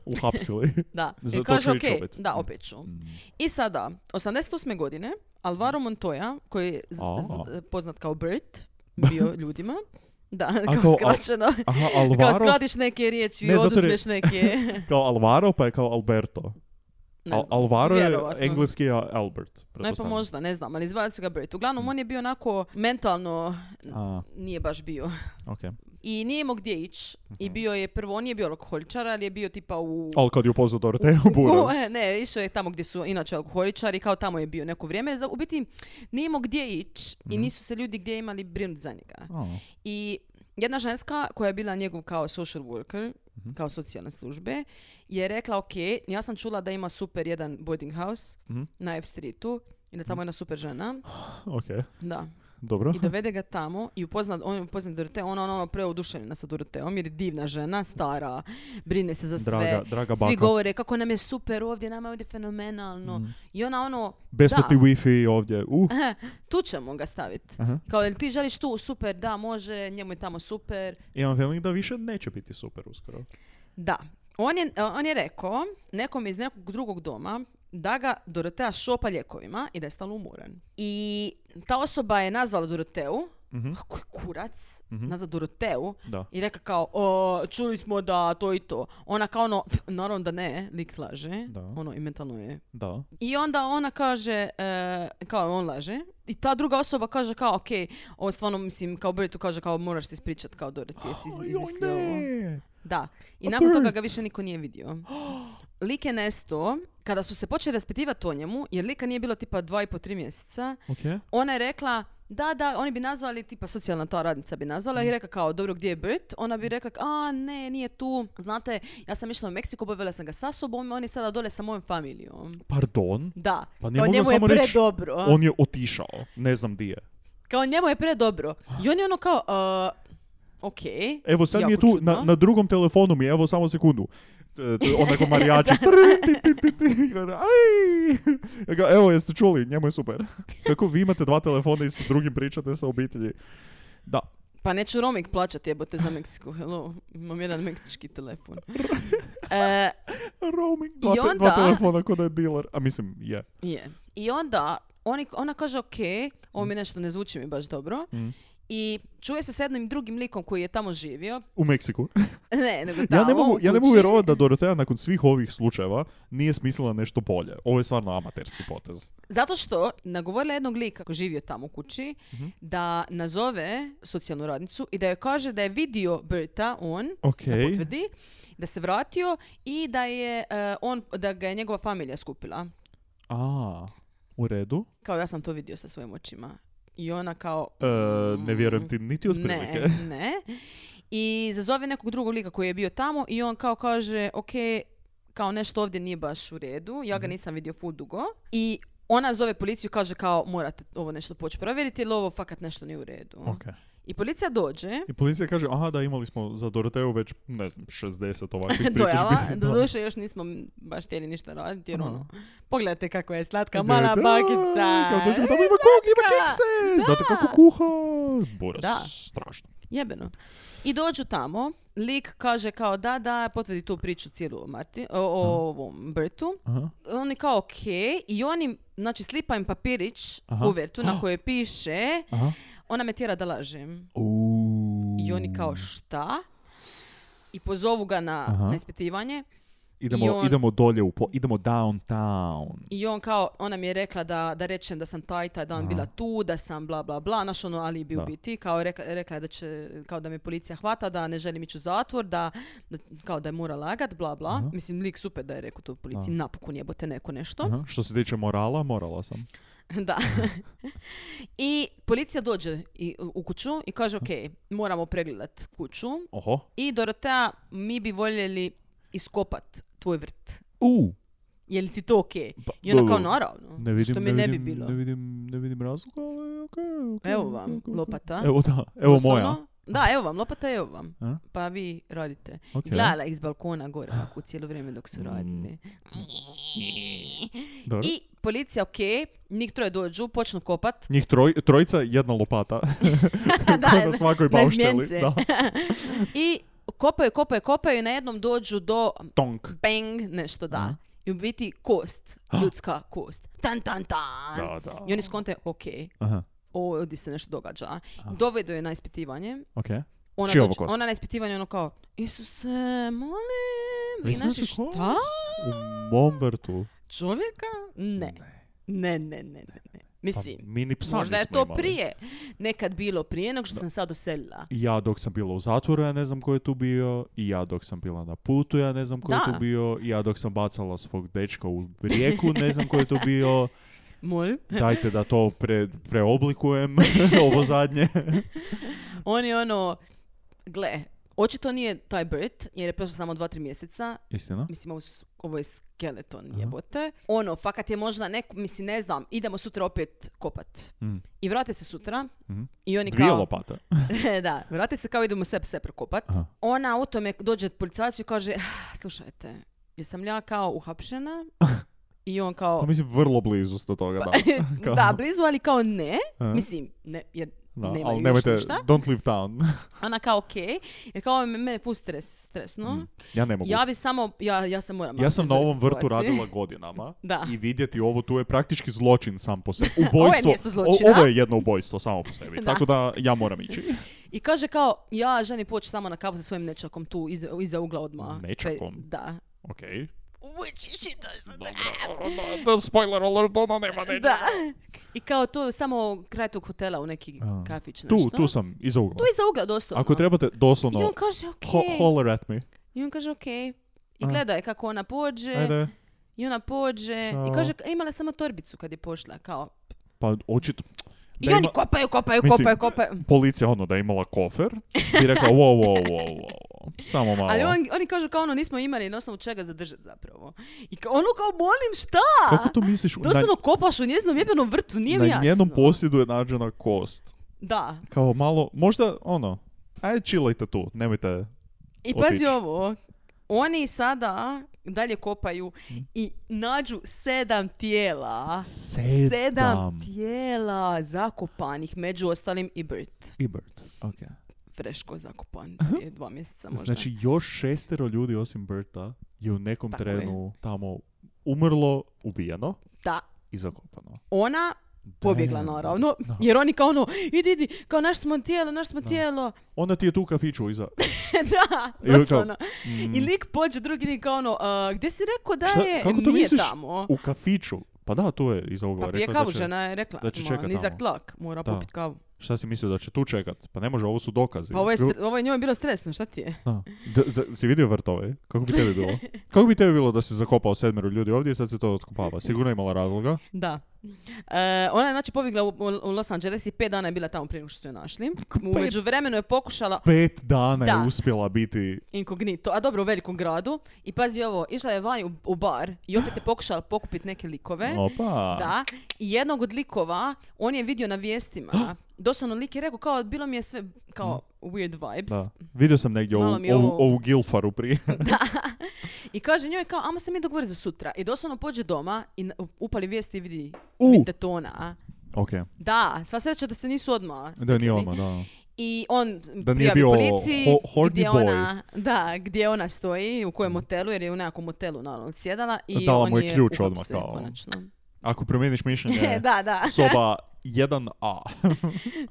D: uhapsili.
E: Da,
D: Zato
E: i kaže
D: ću ići
E: ok,
D: opet.
E: da,
D: Mm.
E: opet ću. I sada, 88. godine, Alvaro Montoya, koji je z-
D: A.
E: z- poznat kao Bert, bio ljudima, da, kao,
D: kao Al-
E: skraćeno,
D: Aha,
E: kao
D: Alvaro,
E: skratiš neke riječi,
D: Ne, zato jer je-
E: oduzmeš neke, ne
D: kao Alvaro, pa je kao Alberto.
E: znam,
D: Al- Alvaro je
E: vjerovatno.
D: engleski a Albert.
E: Ne, pa
D: pretpostavljam. Mm.
E: možda, ne znam, ali izvali su ga Bert. Uglavnom, on je bio onako mentalno,
D: A,
E: nije baš bio.
D: ok.
E: I nije imao gdje ići. I bio je, prvo, on nije bio alkoholičar, ali je bio tipa u...
D: Ali kad je upoznao Doroteju
E: U-
D: Buras.
E: e, ne, išao je tamo gdje su inače alkoholičari, kao tamo je bio neko vrijeme. Za- U biti nije imao gdje ići i nisu se ljudi gdje imali brinuti za njega.
D: A,
E: I jedna ženska koja je bila njegov kao social worker, kao socijalne službe, je rekla, ok, ja sam čula da ima super jedan boarding house
D: Mhm.
E: na F Streetu i da tamo je jedna super žena.
D: ok,
E: Da.
D: dobro.
E: I dovede ga tamo i upozna, on je upozna Doroteo, ona ono, ono preuduševljena sa Doroteom jer je divna žena, stara, brine se za sve.
D: Draga- draga
E: Svi
D: baka.
E: govore kako nam je super ovdje, nama je ovdje fenomenalno. I ona ono,
D: Mm. Besplatni
E: da,
D: wifi ovdje. Uh,
E: tu ćemo ga staviti.
D: Aha.
E: Kao, jel ti želiš tu? Super, da, može, njemu je tamo super.
D: imam feeling da više neće biti super uskoro.
E: Da. On je, on je rekao nekom iz nekog drugog doma da ga Dorotea šopa ljekovima i da je stalno umoran. I ta osoba je nazvala Doroteu,
D: Mhm.
E: koji kurac, nazva Doroteu,
D: Da.
E: i rekla kao, "O, čuli smo da to i to. Ona kao ono, "Pf, naravno da ne, lik laže,
D: Da.
E: ono i mentalno je.
D: Da.
E: I onda ona kaže, e, kao on laže, i ta druga osoba kaže kao, ok, ovo stvarno, mislim, kao Bertu kaže kao, moraš se ispričat kao Dorothy, jesi iz-
D: Aj,
E: izmislio
D: joj,
E: ovo."
D: ne.
E: Da. I
D: A
E: nakon toga
D: Bert.
E: ga više niko nije vidio. Lik je nesto, kada su se počeli raspitivati o njemu, jer lika nije bilo tipa dva i po tri mjeseca,
D: Ok.
E: ona je rekla, da, da, oni bi nazvali, tipa socijalna ta radnica bi nazvala i rekla kao, dobro, gdje je Bert? Ona bi rekla, a ne, nije tu. Znate, ja sam išla u Meksiko, obavila sam ga sa sobom, on je sada dole sa mojom familijom.
D: Pardon?
E: Da,
D: Pa nije
E: kao
D: mogla
E: njemu je
D: samo reći,
E: predobro.
D: On je otišao, ne znam di je.
E: Kao njemu je predobro. I on je ono kao, uh, ok.
D: Evo sad mi je
E: jako
D: tu,
E: čudno.
D: na, na drugom telefonu mi je, evo samo sekundu. E, to je Onako marijači. Tri, ti, ti, ti, ti. Aj. Ja ga, Evo, jeste čuli, njemu je super. Kako vi imate dva telefona i s drugim pričate sa obitelji. Da.
E: Pa neću roaming plaćati jebote za Meksiku, hello. Imam jedan meksički telefon. E,
D: Roaming,
E: I
D: dva, te-
E: onda-
D: dva telefona kod je dealer. A mislim, je.
E: je. I onda oni, ona kaže ok, ovo mi nešto ne zvuči mi baš dobro.
D: Mm.
E: I čuje se s jednim drugim likom koji je tamo živio.
D: U Meksiku.
E: Ne, nego da,
D: ja ne
E: u ovom
D: mogu, ja ne mogu
E: kući.
D: vjerovati da Dorotea nakon svih ovih slučajeva nije smislila nešto bolje. Ovo je stvarno amaterski potez.
E: Zato što nagovorila jednog lika koji je živio tamo u kući
D: Mhm.
E: da nazove socijalnu radnicu i da joj kaže da je vidio Berta on
D: Ok.
E: da potvrdi, da se vratio i da je e, on da ga je njegova familija skupila.
D: A, u redu.
E: Kao ja sam to vidio sa svojim očima. I ona kao
D: E, ne vjerujem ti niti od prilike.
E: ne, ne. I zazove nekog drugog lika koji je bio tamo i on kao kaže, ok, kao nešto ovdje nije baš u redu, ja
D: Mhm.
E: ga nisam vidio full dugo. I ona zove policiju kaže kao morate ovo nešto poći provjeriti jer ovo fakat nešto nije u redu.
D: Ok.
E: I policija dođe,
D: I policija kaže, aha da, imali smo za Doroteu već, ne znam, 60 ovakvih pritužbi.
E: dojava,
D: Da.
E: doduše još nismo baš htjeli ništa raditi jer
D: Aha.
E: ono, pogledajte kako je slatka
D: Idete,
E: mala
D: "Aj,
E: bakica.
D: Kao dođemo tamo, ima kog, ima
E: Slatka.
D: kekse!
E: Da.
D: Znate kako kuha! Bura,
E: Da.
D: strašno.
E: Jebeno. I dođu tamo, lik kaže kao da, da, potvrdi tu priču cijelu o, Marti, o, o ovom Bertu.
D: Aha.
E: Oni kao ok, i oni, znači slipa im papirić,
D: Aha.
E: kuvertu na kojoj piše,
D: Aha.
E: ona me tjera da lažem.
D: Uuu.
E: I oni kao šta? I pozovu ga na,
D: Aha.
E: na ispitivanje.
D: Idemo,
E: i on-
D: idemo dolje, u po, idemo downtown.
E: I on kao, ona mi je rekla da, da rečem da sam taj, taj dan bila tu, da sam bla, bla, bla, naš ono alibi
D: Da.
E: u biti, kao rekla, rekla je da će, kao da me policija hvata, da ne želim ići u zatvor, da, da- kao da je mora lagat, bla, bla. Mislim, lik super da je rekao to policiji, napokon jebote neko nešto.
D: Aha. Što se tiče morala, morala sam.
E: Da. I policija dođe i, u kuću i kaže, ok, moramo pregledat kuću.
D: Oho.
E: I Dorotea, mi bi voljeli iskopat tvoj vrt.
D: U.
E: Je li ti to ok?
D: Pa,
E: I ona kao,
D: dobro.
E: naravno,
D: Ne vidim,
E: što mi ne,
D: ne, vidim,
E: bi bilo. E,
D: ne vidim, ne vidim razloga, ali okej, okej,
E: Evo
D: okej,
E: vam
D: okej, okej.
E: lopata.
D: Evo da, evo
E: Doslovno.
D: moja.
E: Da, evo vam, lopata evo vam.
D: A?
E: Pa vi radite.
D: Ok. Mm,
E: I Gledala iz balkona gore ovako cijelo vrijeme dok su radili.
D: Dobro.
E: I policija, ok, njih troje dođu, počnu kopat.
D: Njih troj, trojica, jedna lopata.
E: da,
D: na svakoj baušteli.
E: naizmjence.
D: Da.
E: I kopaju, kopaju, kopaju i na jednom dođu do
D: Tonk.
E: bang, nešto da. I u biti kost, ljudska kost. Tan, tan, tan.
D: Da, da.
E: I oni skonte, ok,
D: Aha,
E: ovdje se nešto događa. Dovedu je na ispitivanje.
D: ok.
E: Ona,
D: Čija je
E: dođe-
D: ovo kost?
E: ona na ispitivanje ono kao, Isuse, molim, vi
D: Vi
E: naši
D: znate kost?
E: šta?
D: U mom vrtu.
E: čovjeka? Ne. Ne, ne, ne, ne. ne.
D: Pa,
E: Mislim,
D: mini psa
E: možda je
D: nismo
E: to
D: imali.
E: prije. Nekad bilo prije nego što sam sad doselila.
D: I ja dok sam bila u zatvoru, ja ne znam ko je tu bio. I ja dok sam bila na putu, ja ne znam ko je
E: Da.
D: tu bio. I ja dok sam bacala svog dečka u rijeku, ne znam ko je tu bio.
E: Molim?
D: Dajte da to pre, preoblikujem, ovo zadnje.
E: On je ono, gle, očito nije taj Bert, jer je prošlo samo 2-3 mjeseca.
D: Istina?
E: Mislim, ovo, su- ovo je skeleton jebote. Ono, fakat je možda neko, mislim, ne znam, idemo sutra opet kopat.
D: Mm.
E: I vrate se sutra
D: Mhm.
E: i oni
D: Dvije
E: kao...
D: lopate.
E: da, vrate se kao idemo sve pse prokopat.
D: Aha.
E: Ona u tome dođe policajcu i kaže, "Ah, slušajte, jesam li ja kao uhapšena? I on
D: Pa
E: kao,
D: mislim, vrlo blizu ste toga, da. Kao-
E: da, blizu, ali kao ne.
D: E?
E: Mislim, ne, jer
D: Da,
E: nemaju
D: ali
E: još
D: nemojte,
E: ništa.
D: don't leave town.
E: Ona kao, ok, jer kao mene je full stres, stresno.
D: Mm. ja ne mogu.
E: Ja bi samo, ja, ja sam moram.
D: Ja sam na
E: razmisliti
D: ovom vrtu
E: situaciji.
D: radila godinama
E: Da.
D: i vidjeti ovo tu je praktički zločin sam po sebi. Ubojstvo,
E: mjesto
D: o-
E: zločina.
D: ovo je jedno ubojstvo samo po sebi,
E: Da.
D: tako da ja moram ići.
E: I kaže kao, ja želim poći samo na kavu sa svojim nečakom tu, iza, iza ugla odmah. Pre-
D: Nečakom?
E: Da.
D: Ok,
E: Which shit does-
D: Da, spoiler alert, ona nema neče.
E: Da. I kao to samo kraj tog hotela u neki
D: A.
E: kafić nešto.
D: Tu, tu sam, iza ugla.
E: Tu iza ugla doslovno.
D: Ako trebate,
E: I
D: doslovno,
E: on kaže ok.
D: ho- holler at me.
E: I on kaže ok. I
D: A.
E: gleda je kako ona pođe.
D: Ajde.
E: I ona pođe.
D: Ćao.
E: I kaže "Ka- imala je samo torbicu kad je pošla. Kao
D: Pa očito,
E: I
D: Da ima-
E: oni kopaju, kopaju,
D: Mislim,
E: kopaju, kopaju.
D: Policija ono da je imala kofer i rekla wow, wow, wow, wow, samo malo.
E: Ali on, oni kažu kao ono, nismo imali na osnovu čega zadržati zapravo. I kao, ono kao, molim, šta?
D: Kako to misliš?
E: Doslovno kopaš u njezinom jebenom vrtu, nije mi
D: na, na
E: jasno.
D: njenom posjedu je nađena kost.
E: Da.
D: Kao malo, možda ono, ajde čilajte tu, nemojte.
E: I
D: Otići.
E: pazi ovo, oni sada dalje kopaju i nađu sedam tijela.
D: Hm. Sedam.
E: tijela zakopanih, među ostalim i Bert.
D: Ebert, okej.
E: Freško zakopan, prije dva mjeseca možda.
D: Znači, još šestero ljudi osim Berta je u nekom
E: Tako je.
D: trenu tamo umrlo, ubijeno
E: Da,
D: i zakopano.
E: ona pobjegla
D: Damn.
E: naravno,
D: Da.
E: jer oni kao ono, idi, idi, kao naš smo tijelo, naš smo tijelo.
D: Onda ti je tu u kafiću iza.
E: da,
D: I on kao,
E: doslovno.
D: mm.
E: I lik pođe, drugi lik kao ono, "A, gdje si rekao da
D: Šta-
E: je,
D: kako to
E: nije
D: misliš?
E: tamo.
D: U kafiću. Pa da, to je iza ovoga.
E: Pa pije
D: Rekla je
E: kavu,
D: da će-
E: žena je rekla,
D: da će
E: "Ma,
D: čekat
E: nizak
D: tamo."
E: tlak, mora
D: Da.
E: popit kavu.
D: Šta si mislio da će tu čekat? Pa ne može, ovo su dokazi.
E: Pa ovo je,
D: Lju-
E: stre- ovo je njoj bilo stresno, šta ti je?
D: Da. D- za- si vidio vrtove? Kako bi tebi bilo? Kako bi tebi bilo da si zakopao sedmeru ljudi ovdje i sad se to otkopava? Sigurno je imala razloga.
E: Da. E, ona je znači pobjegla u, u Los Angeles i pet dana je bila tamo prije nego što su je našli. U međuvremenu je pokušala
D: Pet dana
E: Da.
D: je uspjela biti...
E: inkognito, a dobro u velikom gradu. I pazi ovo, išla je van u, u bar i opet je pokušala pokupiti neke likove.
D: Opa!
E: E, Da, i jednog od likova, on je vidio na vijestima, doslovno lik je rekao kao, bilo mi je sve kao weird vibes.
D: Da. Vidio sam negdje
E: Malo
D: ovu,
E: mi je
D: ovu,
E: ovo-
D: ovu gilfaru prije.
E: I kaže njoj kao, amo se mi dogovoriti za sutra. I doslovno pođe doma i na- upali vijesti i vidi
D: U.
E: vidi detona.
D: ok,
E: Da, sva sreća da se nisu odmah
D: da nije
E: spiknuli.
D: odmah, da.
E: I on
D: Da nije
E: prijavi
D: bio
E: policiji
D: ho- horny
E: gdje
D: boy. Mm.
E: ona, da, gdje ona stoji, u kojem motelu, jer je u nekakvom motelu naravno sjedala i
D: Dala
E: on
D: mu je ključ
E: uhapse
D: odmah, kao. E.
E: konačno.
D: Ako promijeniš mišljenje,
E: da, da.
D: soba 1A.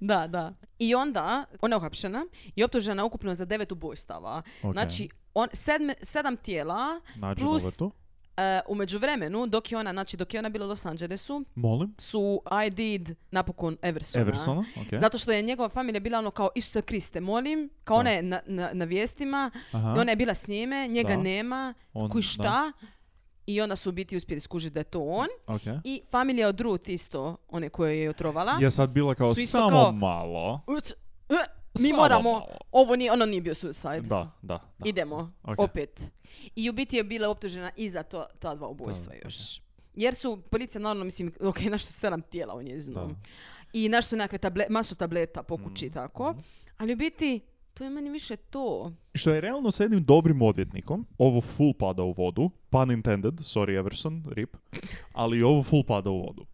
E: Da, da. I onda ona je uhapšena i optužena ukupno za devet ubojstava.
D: Ok.
E: Znači, on, sedme- sedam tijela,
D: Nađi
E: Plus-
D: na vrtu.
E: e, u međuvremenu, dok je ona, znači dok je ona bila u Los Angelesu,
D: Molim.
E: su I did napokon Eversona.
D: Eversona, ok.
E: Zato što je njegova familija bila ono kao Isuse Kriste, molim, kao
D: Da.
E: ona je na, na, na vijestima,
D: Aha.
E: i ona je bila s njime, njega
D: Da.
E: nema,
D: On-
E: koji
D: da.
E: šta, i onda su u biti uspjeli skužiti da je to on.
D: Ok.
E: I familija od Ruth isto, one koje je otrovala.
D: Je sad bila kao
E: Su isto
D: samo
E: kao-
D: malo.
E: Uc, uh, mi
D: Samo
E: moramo,
D: malo.
E: ovo nije, ono nije bio suicide.
D: Da, da. da.
E: Idemo,
D: Ok.
E: opet. I u biti je bila optužena i za to, ta dva ubojstva
D: ok.
E: još. Jer su policija naravno, mislim, ok, našli su sedam tijela u njezinom.
D: Da. Mhm,
E: I našli su nekakve table, masu tableta po kući i tako. Ali u biti, to je meni više to.
D: Što je realno s jednim dobrim odvjetnikom, ovo full pada u vodu, pun intended, sorry Everson, rip, ali ovo full pada u vodu.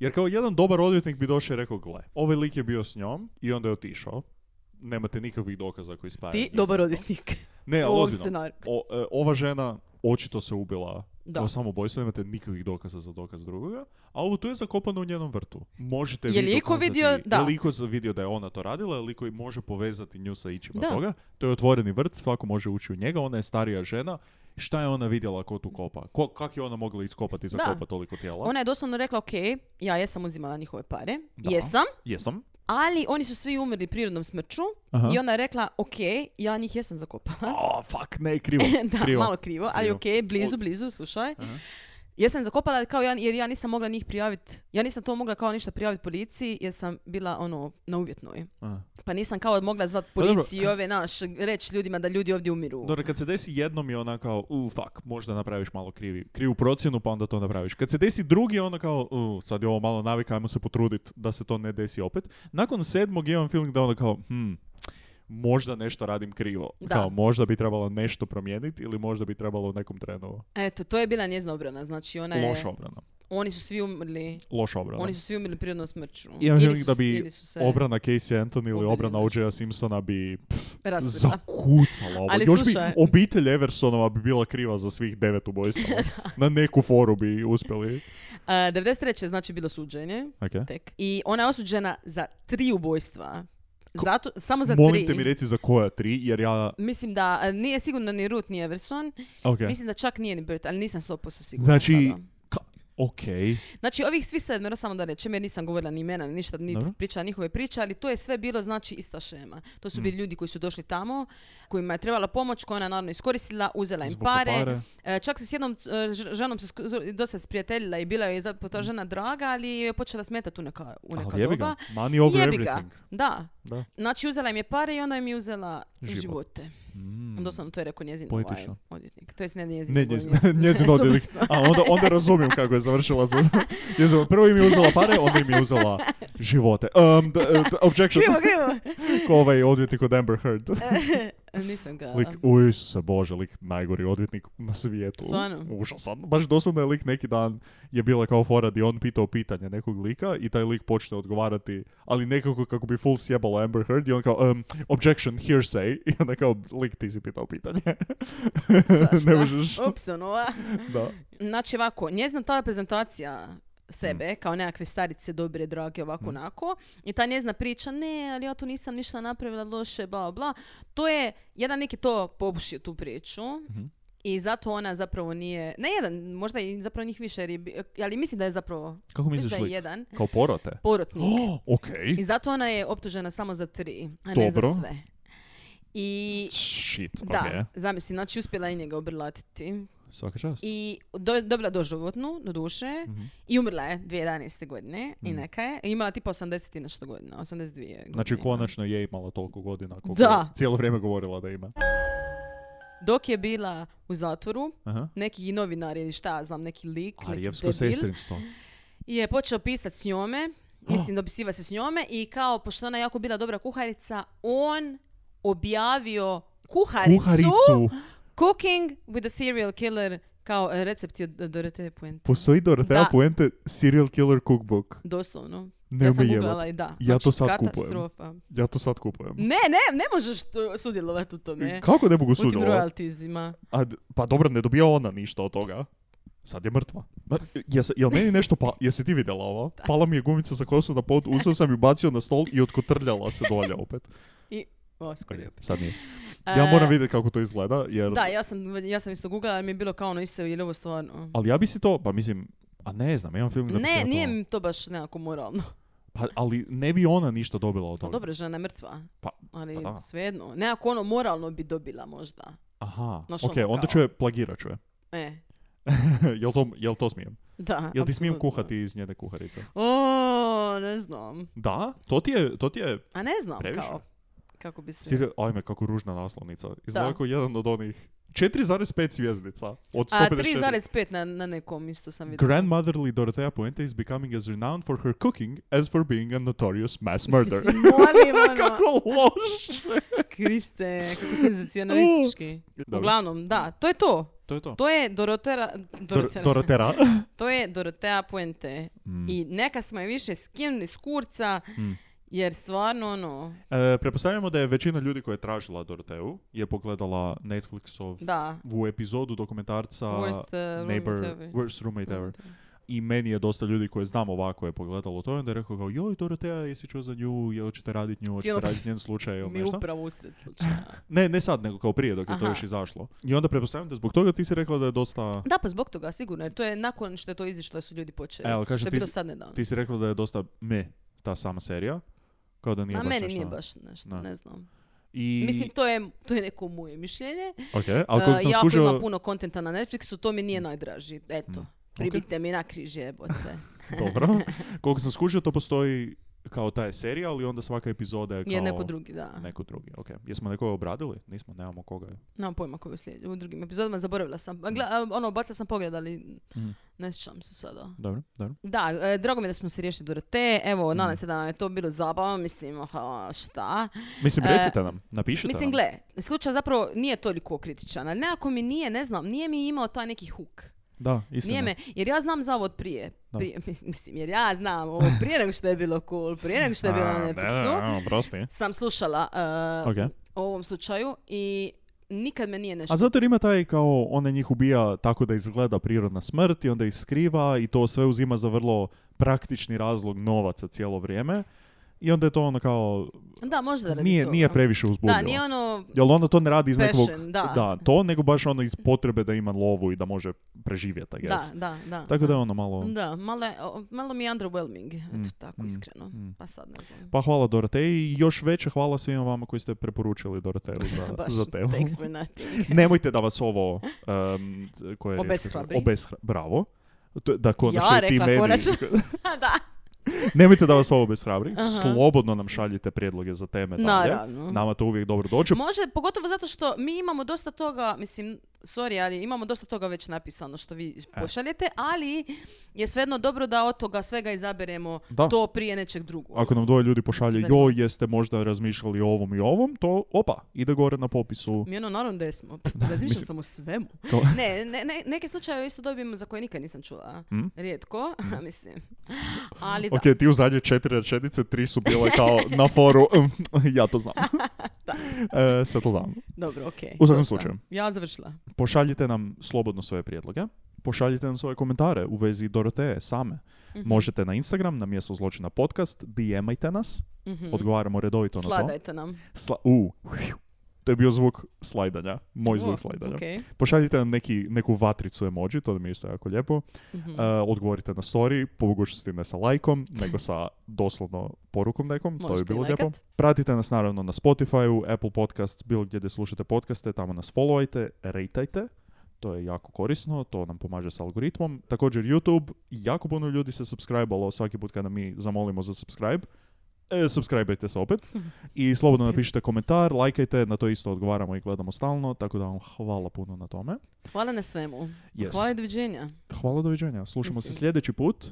D: Jer kao jedan dobar odvjetnik bi došao i rekao, gle, ovaj lik je bio s njom i onda je otišao. Nemate nikakvih dokaza koji spajaju.
E: Ti,
D: njih.
E: dobar odvjetnik.
D: Ne,
E: u
D: E, ali
E: ovom
D: ozbiljno.
E: scenariju.
D: O, e, ova žena očito se ubila
E: Da.
D: kao samoubojstvo, nemate nikakvih dokaza za dokaz drugoga, a ovo tu je zakopano u njenom vrtu. Možete
E: Je li
D: vi
E: iko
D: dokazati-
E: vidio- da.
D: Je li iko za- vidio da je ona to radila, je li iko i može povezati nju sa ičima
E: Da.
D: toga? To je otvoreni vrt, svako može ući u njega, ona je starija žena. Šta je ona vidjela ko tu kopa? Ko, kak je ona mogla iskopati i
E: Da.
D: zakopati toliko tijela?
E: Ona je doslovno rekla, ok, ja jesam uzimala njihove pare,
D: Da.
E: jesam,
D: Jesam.
E: ali oni su svi umrli prirodnom smrću
D: Aha.
E: i ona je rekla, ok, ja njih jesam zakopala.
D: A, fuck, ne, krivo.
E: da,
D: krivo.
E: malo krivo, ali
D: Krivo.
E: ok, blizu, blizu, slušaj. Jesam zakopala kao ja, jer ja nisam mogla njih prijaviti, ja nisam to mogla kao ništa prijaviti policiji jer sam bila ono na uvjetnoj.
D: A.
E: Pa nisam kao mogla zvat
D: Pa dobro.
E: policiju i ove naš, reći ljudima da ljudi ovdje umiru.
D: Dobro, kad se desi jednom je ona kao, u, fuck, možda napraviš malo krivi, krivu procjenu pa onda to napraviš. Kad se desi drugi je ona kao, u, sad je ovo malo navika, ajmo se potrudit da se to ne desi opet. Nakon sedmog imam feeling da ona kao, hm, možda nešto radim krivo.
E: Da.
D: Kao, možda bi trebalo nešto promijeniti ili možda bi trebalo u nekom trenu.
E: Eto, to je bila njezina obrana, znači ona je,
D: Loša obrana.
E: oni su svi umrli,
D: Loša obrana.
E: oni su svi umrli prirodnom smrću.
D: Imam
E: Ili
D: feeling
E: su-
D: da bi
E: ili su se
D: obrana Casey Anthony ili
E: ubili
D: obrana
E: nešto.
D: O.J. Simpsona bi pff,
E: rasprla.
D: zakucala ovo.
E: Ali
D: Još bi
E: slušaj-
D: obitelj Eversonova bi bila kriva za svih devet ubojstava. Na neku foru bi uspjeli.
E: A, 93. je znači bilo suđenje, tek. I ona je osuđena za tri ubojstva. Zato, samo za
D: Molim
E: tri.
D: te mi reci za koja tri, jer ja...
E: Mislim da a, nije sigurno ni Ruth ni Everson.
D: Ok.
E: Mislim da čak nije ni Bert, ali nisam 100% sigurna
D: Znači,
E: sada.
D: ka- ok.
E: Znači, ovih svi sedmero, samo da rečem, jer nisam govorila ni imena, ni ništa, niti
D: Dobro.
E: pričala njihove priče, ali to je sve bilo, znači, ista šema. To
D: Mm.
E: su bili ljudi koji su došli tamo, kojima je trebala pomoć, koja je ona naravno iskoristila, uzela im
D: Izvukla
E: pare.
D: pare.
E: E, čak se s jednom e, ž- ženom se sk- dosta sprijateljila i bila joj je zapravo ta žena draga, ali joj je počela smetati u neka, u neka
D: Mm. Ali jebi
E: doba.
D: ga. Money over
E: Jebi ga.
D: everything.
E: Da.
D: Da.
E: Znači, uzela im je pare i ona im je uzela
D: Život.
E: živote.
D: Mm.
E: Doslovno to je rekao njezin ovaj,
D: Poetično.
E: odvjetnik. To jest ne njezin.
D: Ne,
E: nego
D: njezin, njezin odjelik. A onda, onda razumijem kako je završila. Za, njezin- prvo im je uzela pare, onda im je uzela živote. Um, d- d- objection.
E: Krivo, krivo.
D: Ko ovaj odvjetnik od Amber Heard.
E: Nisam ga...
D: Lik, u Isuse Bože, lik najgori odvjetnik na svijetu.
E: Stvarno?
D: Užasan. Baš doslovno je lik neki dan je bila kao fora di on pitao pitanje nekog lika i taj lik počne odgovarati, ali nekako kako bi full sjebalo Amber Heard i on kao, um, objection, hearsay. I onda kao, lik ti si pitao pitanje.
E: Zašto?
D: ne možeš.
E: Ups, ono, a.
D: Da.
E: Znači ovako, njezina ta prezentacija
D: Mm.
E: sebe, kao nekakve starice dobre, drage, ovako, onako. I ta njezina priča, ne, ali ja tu nisam ništa napravila loše, bla, bla. To je, jedan neki to popušio tu priču.
D: Mhm.
E: I zato ona zapravo nije, ne jedan, možda i zapravo njih više, jer je bi- ali mislim da je zapravo,
D: Kako
E: mislim
D: misliš
E: da je
D: lik?
E: jedan
D: Kao porote?
E: porotnik.
D: Oh, ok.
E: I zato ona je optužena samo za tri, a ne
D: Dobro.
E: za sve. I
D: Shit,
E: da,
D: ok.
E: zamisli, znači uspjela je njega obrlatiti.
D: Svaka čast.
E: I do, dobila doživotnu, do duše,
D: Mhm.
E: i umrla je 2011. godine, i neka je. I imala tipa 80 i nešto godina, 82 godine.
D: Znači, konačno je imala toliko godina koliko
E: Da.
D: je cijelo vrijeme govorila da ima.
E: Dok je bila u zatvoru,
D: Aha.
E: neki novinar ili šta, ja znam, neki lik, neki
D: Arijevsko
E: debil,
D: sestrinstvo.
E: je počeo pisati s njome,
D: Oh.
E: mislim, dopisiva se s njome, i kao, pošto ona je jako bila dobra kuharica, on objavio kuharicu,
D: Kuharicu.
E: Cooking with a Serial Killer, kao e, recepti od Dorote Puente.
D: Postoji Dorothea
E: Da.
D: Puente Serial Killer Cookbook.
E: Doslovno.
D: Ne
E: ja sam
D: umijem.
E: googlala i da. Pač
D: Ja to sad kupujem.
E: katastrofa.
D: Ja to sad kupujem.
E: Ne, ne, ne možeš to- sudjelovati u tome.
D: Kako ne mogu
E: U tim
D: sudjelovati?
E: royaltiesima.
D: A d- Pa dobro, ne dobija ona ništa od toga. Sad je mrtva. Ma, jes- jel meni nešto pa... Jesi ti vidjela ovo? Pala mi je gumica sa kosu na pod, uzeo sam ju bacio na stol i otkotrljala se dolje opet.
E: I, o, skoro je opet.
D: Sad nije. Ja moram vidjeti kako to izgleda, jer...
E: Da, ja sam, ja sam isto googlala, ali mi je bilo kao ono isto ili ovo stvarno.
D: Ali ja bi si to, pa mislim, a ne znam, imam film da bi si ja
E: Ne,
D: to-
E: nije mi to baš nekako moralno.
D: Pa, ali ne bi ona ništa dobila od
E: Pa
D: toga.
E: dobro, žena je mrtva.
D: Pa,
E: Ali
D: pa da.
E: svejedno. Nekako ono moralno bi dobila možda.
D: aha,
E: Znaš,
D: ok,
E: ono
D: onda
E: kao-
D: ću je, plagirat ću je.
E: E,
D: jel, to, jel to smijem?
E: da.
D: Jel Ja, ti smijem
E: apsolutno.
D: kuhati iz njene kuharice?
E: O, ne znam.
D: Da, to ti je, to ti je
E: A ne znam
D: Previše.
E: kao. Kako bi se...
D: Siri- ajme, kako ružna naslovnica. Izgleda
E: Da.
D: kao jedan od onih 4,5 zvijezdica od 154.
E: A 3,5 na, na nekom isto sam vidjela.
D: Grandmotherly Dorothea Puente is becoming as renowned for her cooking as for being a notorious mass murderer.
E: Mislim, molim, ono.
D: kako loš!
E: Kriste, kako senzacionalistički.
D: Dobro.
E: Uglavnom, da, to je to.
D: To je to.
E: To je Dorotera,
D: Dor-
E: Dorotera.
D: Dorotera.
E: to je Dorotea Puente.
D: Mm.
E: I neka smo je više skinuli s kurca, jer stvarno ono,
D: E, prepostavljamo da je većina ljudi koja je tražila Doroteu je pogledala Netflixov
E: da.
D: u epizodu dokumentarca
E: Worst, uh,
D: Neighbor,
E: Roommate Ever.
D: Worst Roommate Ever. I meni je dosta ljudi koje znam ovako je pogledalo to i onda je rekao kao joj Dorotea jesi čuo za nju, jel ćete raditi nju, hoćete
E: Cijelo-
D: raditi njen slučaj ili
E: Mi
D: nešto.
E: upravo usred slučaja.
D: Ne, ne sad, nego kao prije dok je to
E: Aha.
D: još izašlo. I onda pretpostavljam da zbog toga ti si rekla da je dosta...
E: Da, pa zbog toga, sigurno, jer to je nakon što je to izišlo da su ljudi počeli.
D: Evo, E, kažem,
E: što je
D: ti
E: bilo
D: si-
E: sad nedavno.
D: Ti si rekla da je dosta me ta sama serija. Kao da nije
E: A
D: baš
E: meni
D: nešto-
E: nije baš nešto,
D: Da.
E: ne znam.
D: I...
E: Mislim, to je, to je neko moje mišljenje.
D: Ok, ali koliko
E: Uh,
D: sam
E: jako ima
D: skužio... Mm.
E: puno kontenta na Netflixu, to mi nije najdraži. Eto, pribite mi na križ jebote.
D: Dobro. Koliko sam skužio, to postoji kao ta je serija, ali onda svaka epizoda je kao...
E: Je neko drugi, da.
D: Neko drugi, ok. Jesmo nekoga obradili? Nismo, nemamo koga.
E: Nemam pojma koji slijedi u drugim epizodama, zaboravila sam. A gle- a, ono, bacila sam pogled, ali
D: Mhm.
E: ne sjećam se sada.
D: Dobro, dobro.
E: Da, e, drago mi je da smo se riješili Dorote.
D: Mhm.
E: Evo, nadam se da vam je to bilo zabavno, mislim, aha, šta.
D: Mislim,
E: E,
D: recite nam, napišite
E: Mislim,
D: nam.
E: gle, slučaj zapravo nije toliko kritičan, ali nekako mi nije, ne znam, nije mi imao taj neki huk.
D: Da, istina.
E: Nije me, jer ja znam za ovo od prije.
D: Da.
E: prije mis- mislim, jer ja znam ovo od prije nego što je bilo cool, prije nego što je bilo
D: A,
E: na
D: da, da,
E: Netflixu.
D: da, oprosti.
E: Sam slušala e,
D: Ok.
E: o ovom slučaju i nikad me nije nešto
D: A zato jer ima taj kao, ona njih ubija tako da izgleda prirodna smrt i onda ih skriva i to sve uzima za vrlo praktični razlog novaca cijelo vrijeme. I onda je to ono kao,
E: Da, možda radi
D: nije,
E: toga.
D: nije previše uzbudljivo.
E: Da, nije ono...
D: Jel onda to ne radi iz
E: Passion,
D: nekog...
E: da.
D: to, nego baš ono iz potrebe da ima lovu i da može preživjeti, I guess.
E: Da, da, da.
D: Tako da je ono malo...
E: Da, malo, je- o- malo mi je underwhelming, eto
D: Mm,
E: tako
D: mm,
E: iskreno.
D: mm.
E: Pa sad ne znam.
D: Pa hvala Doroteji i još veće hvala svima vama koji ste preporučili Doroteju za,
E: Baš,
D: Pa za temu.
E: thanks for nothing.
D: Nemojte da vas ovo um, koje je-
E: Obeshrabri.
D: obeshra- bravo. To- Da konačno
E: Ja
D: i ti
E: rekla
D: meni.
E: konačno. da,
D: Nemojte da vas ovo obeshrabri.
E: Aha.
D: Slobodno nam šaljite prijedloge za teme dalje.
E: naravno.
D: Nama to uvijek dobro dođe.
E: Može, pogotovo zato što mi imamo dosta toga, mislim, sorry, ali imamo dosta toga već napisano što vi
D: E.
E: pošaljete, ali je svejedno dobro da od toga svega izaberemo
D: Da.
E: to prije nečeg drugog.
D: Ako nam dvoje ljudi pošalje,
E: Zanima
D: joj,
E: nas.
D: jeste možda razmišljali o ovom i ovom, to opa, ide gore na popisu.
E: Mi ono, naravno da jesmo. Pff, Razmišljam sam o svemu.
D: Kao-
E: Ne, ne, ne, neke slučajeve isto dobijem za koje nikad nisam čula.
D: Mm.
E: Rijetko, mislim. Ali da.
D: Ok, ti u zadnje četiri rečenice, tri su bile kao na foru, ja to znam.
E: Da.
D: E, settle down.
E: Dobro, okej.
D: U svakom
E: dosta.
D: slučaju.
E: Ja završila.
D: Pošaljite nam slobodno svoje prijedloge. Pošaljite nam svoje komentare u vezi Doroteje same.
E: Mhm.
D: Možete na Instagram, na mjesto zločina podcast, DM-ajte nas,
E: Mhm.
D: odgovaramo redovito na to.
E: Sladajte nam.
D: Sla- u, to je bio zvuk slajdanja, moj
E: O,
D: zvuk slajdanja.
E: okej.
D: Pošaljite nam neki, neku vatricu emoji, to mi je isto jako lijepo.
E: Mhm.
D: E, odgovorite na story, po mogućnosti ne sa lajkom, nego sa doslovno porukom nekom, to
E: Možete i
D: bi bilo lijepo.
E: lajkat.
D: Pratite nas naravno na Spotify, Apple Podcasts, bilo gdje da slušate podcaste, tamo nas followajte, rejtajte, to je jako korisno, to nam pomaže s algoritmom. Također YouTube, jako puno ljudi se subscribe-alo svaki put kada mi zamolimo za subscribe. E, subscribe-ajte se opet i slobodno napišite komentar, lajkajte, na to isto odgovaramo i gledamo stalno, tako da vam hvala puno na tome.
E: Hvala na svemu.
D: Yes.
E: Hvala i doviđenja.
D: Hvala, doviđenja. Slušamo se
E: Mislim.
D: sljedeći put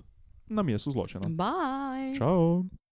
D: na mjestu zločina.
E: Bye.
D: Ciao.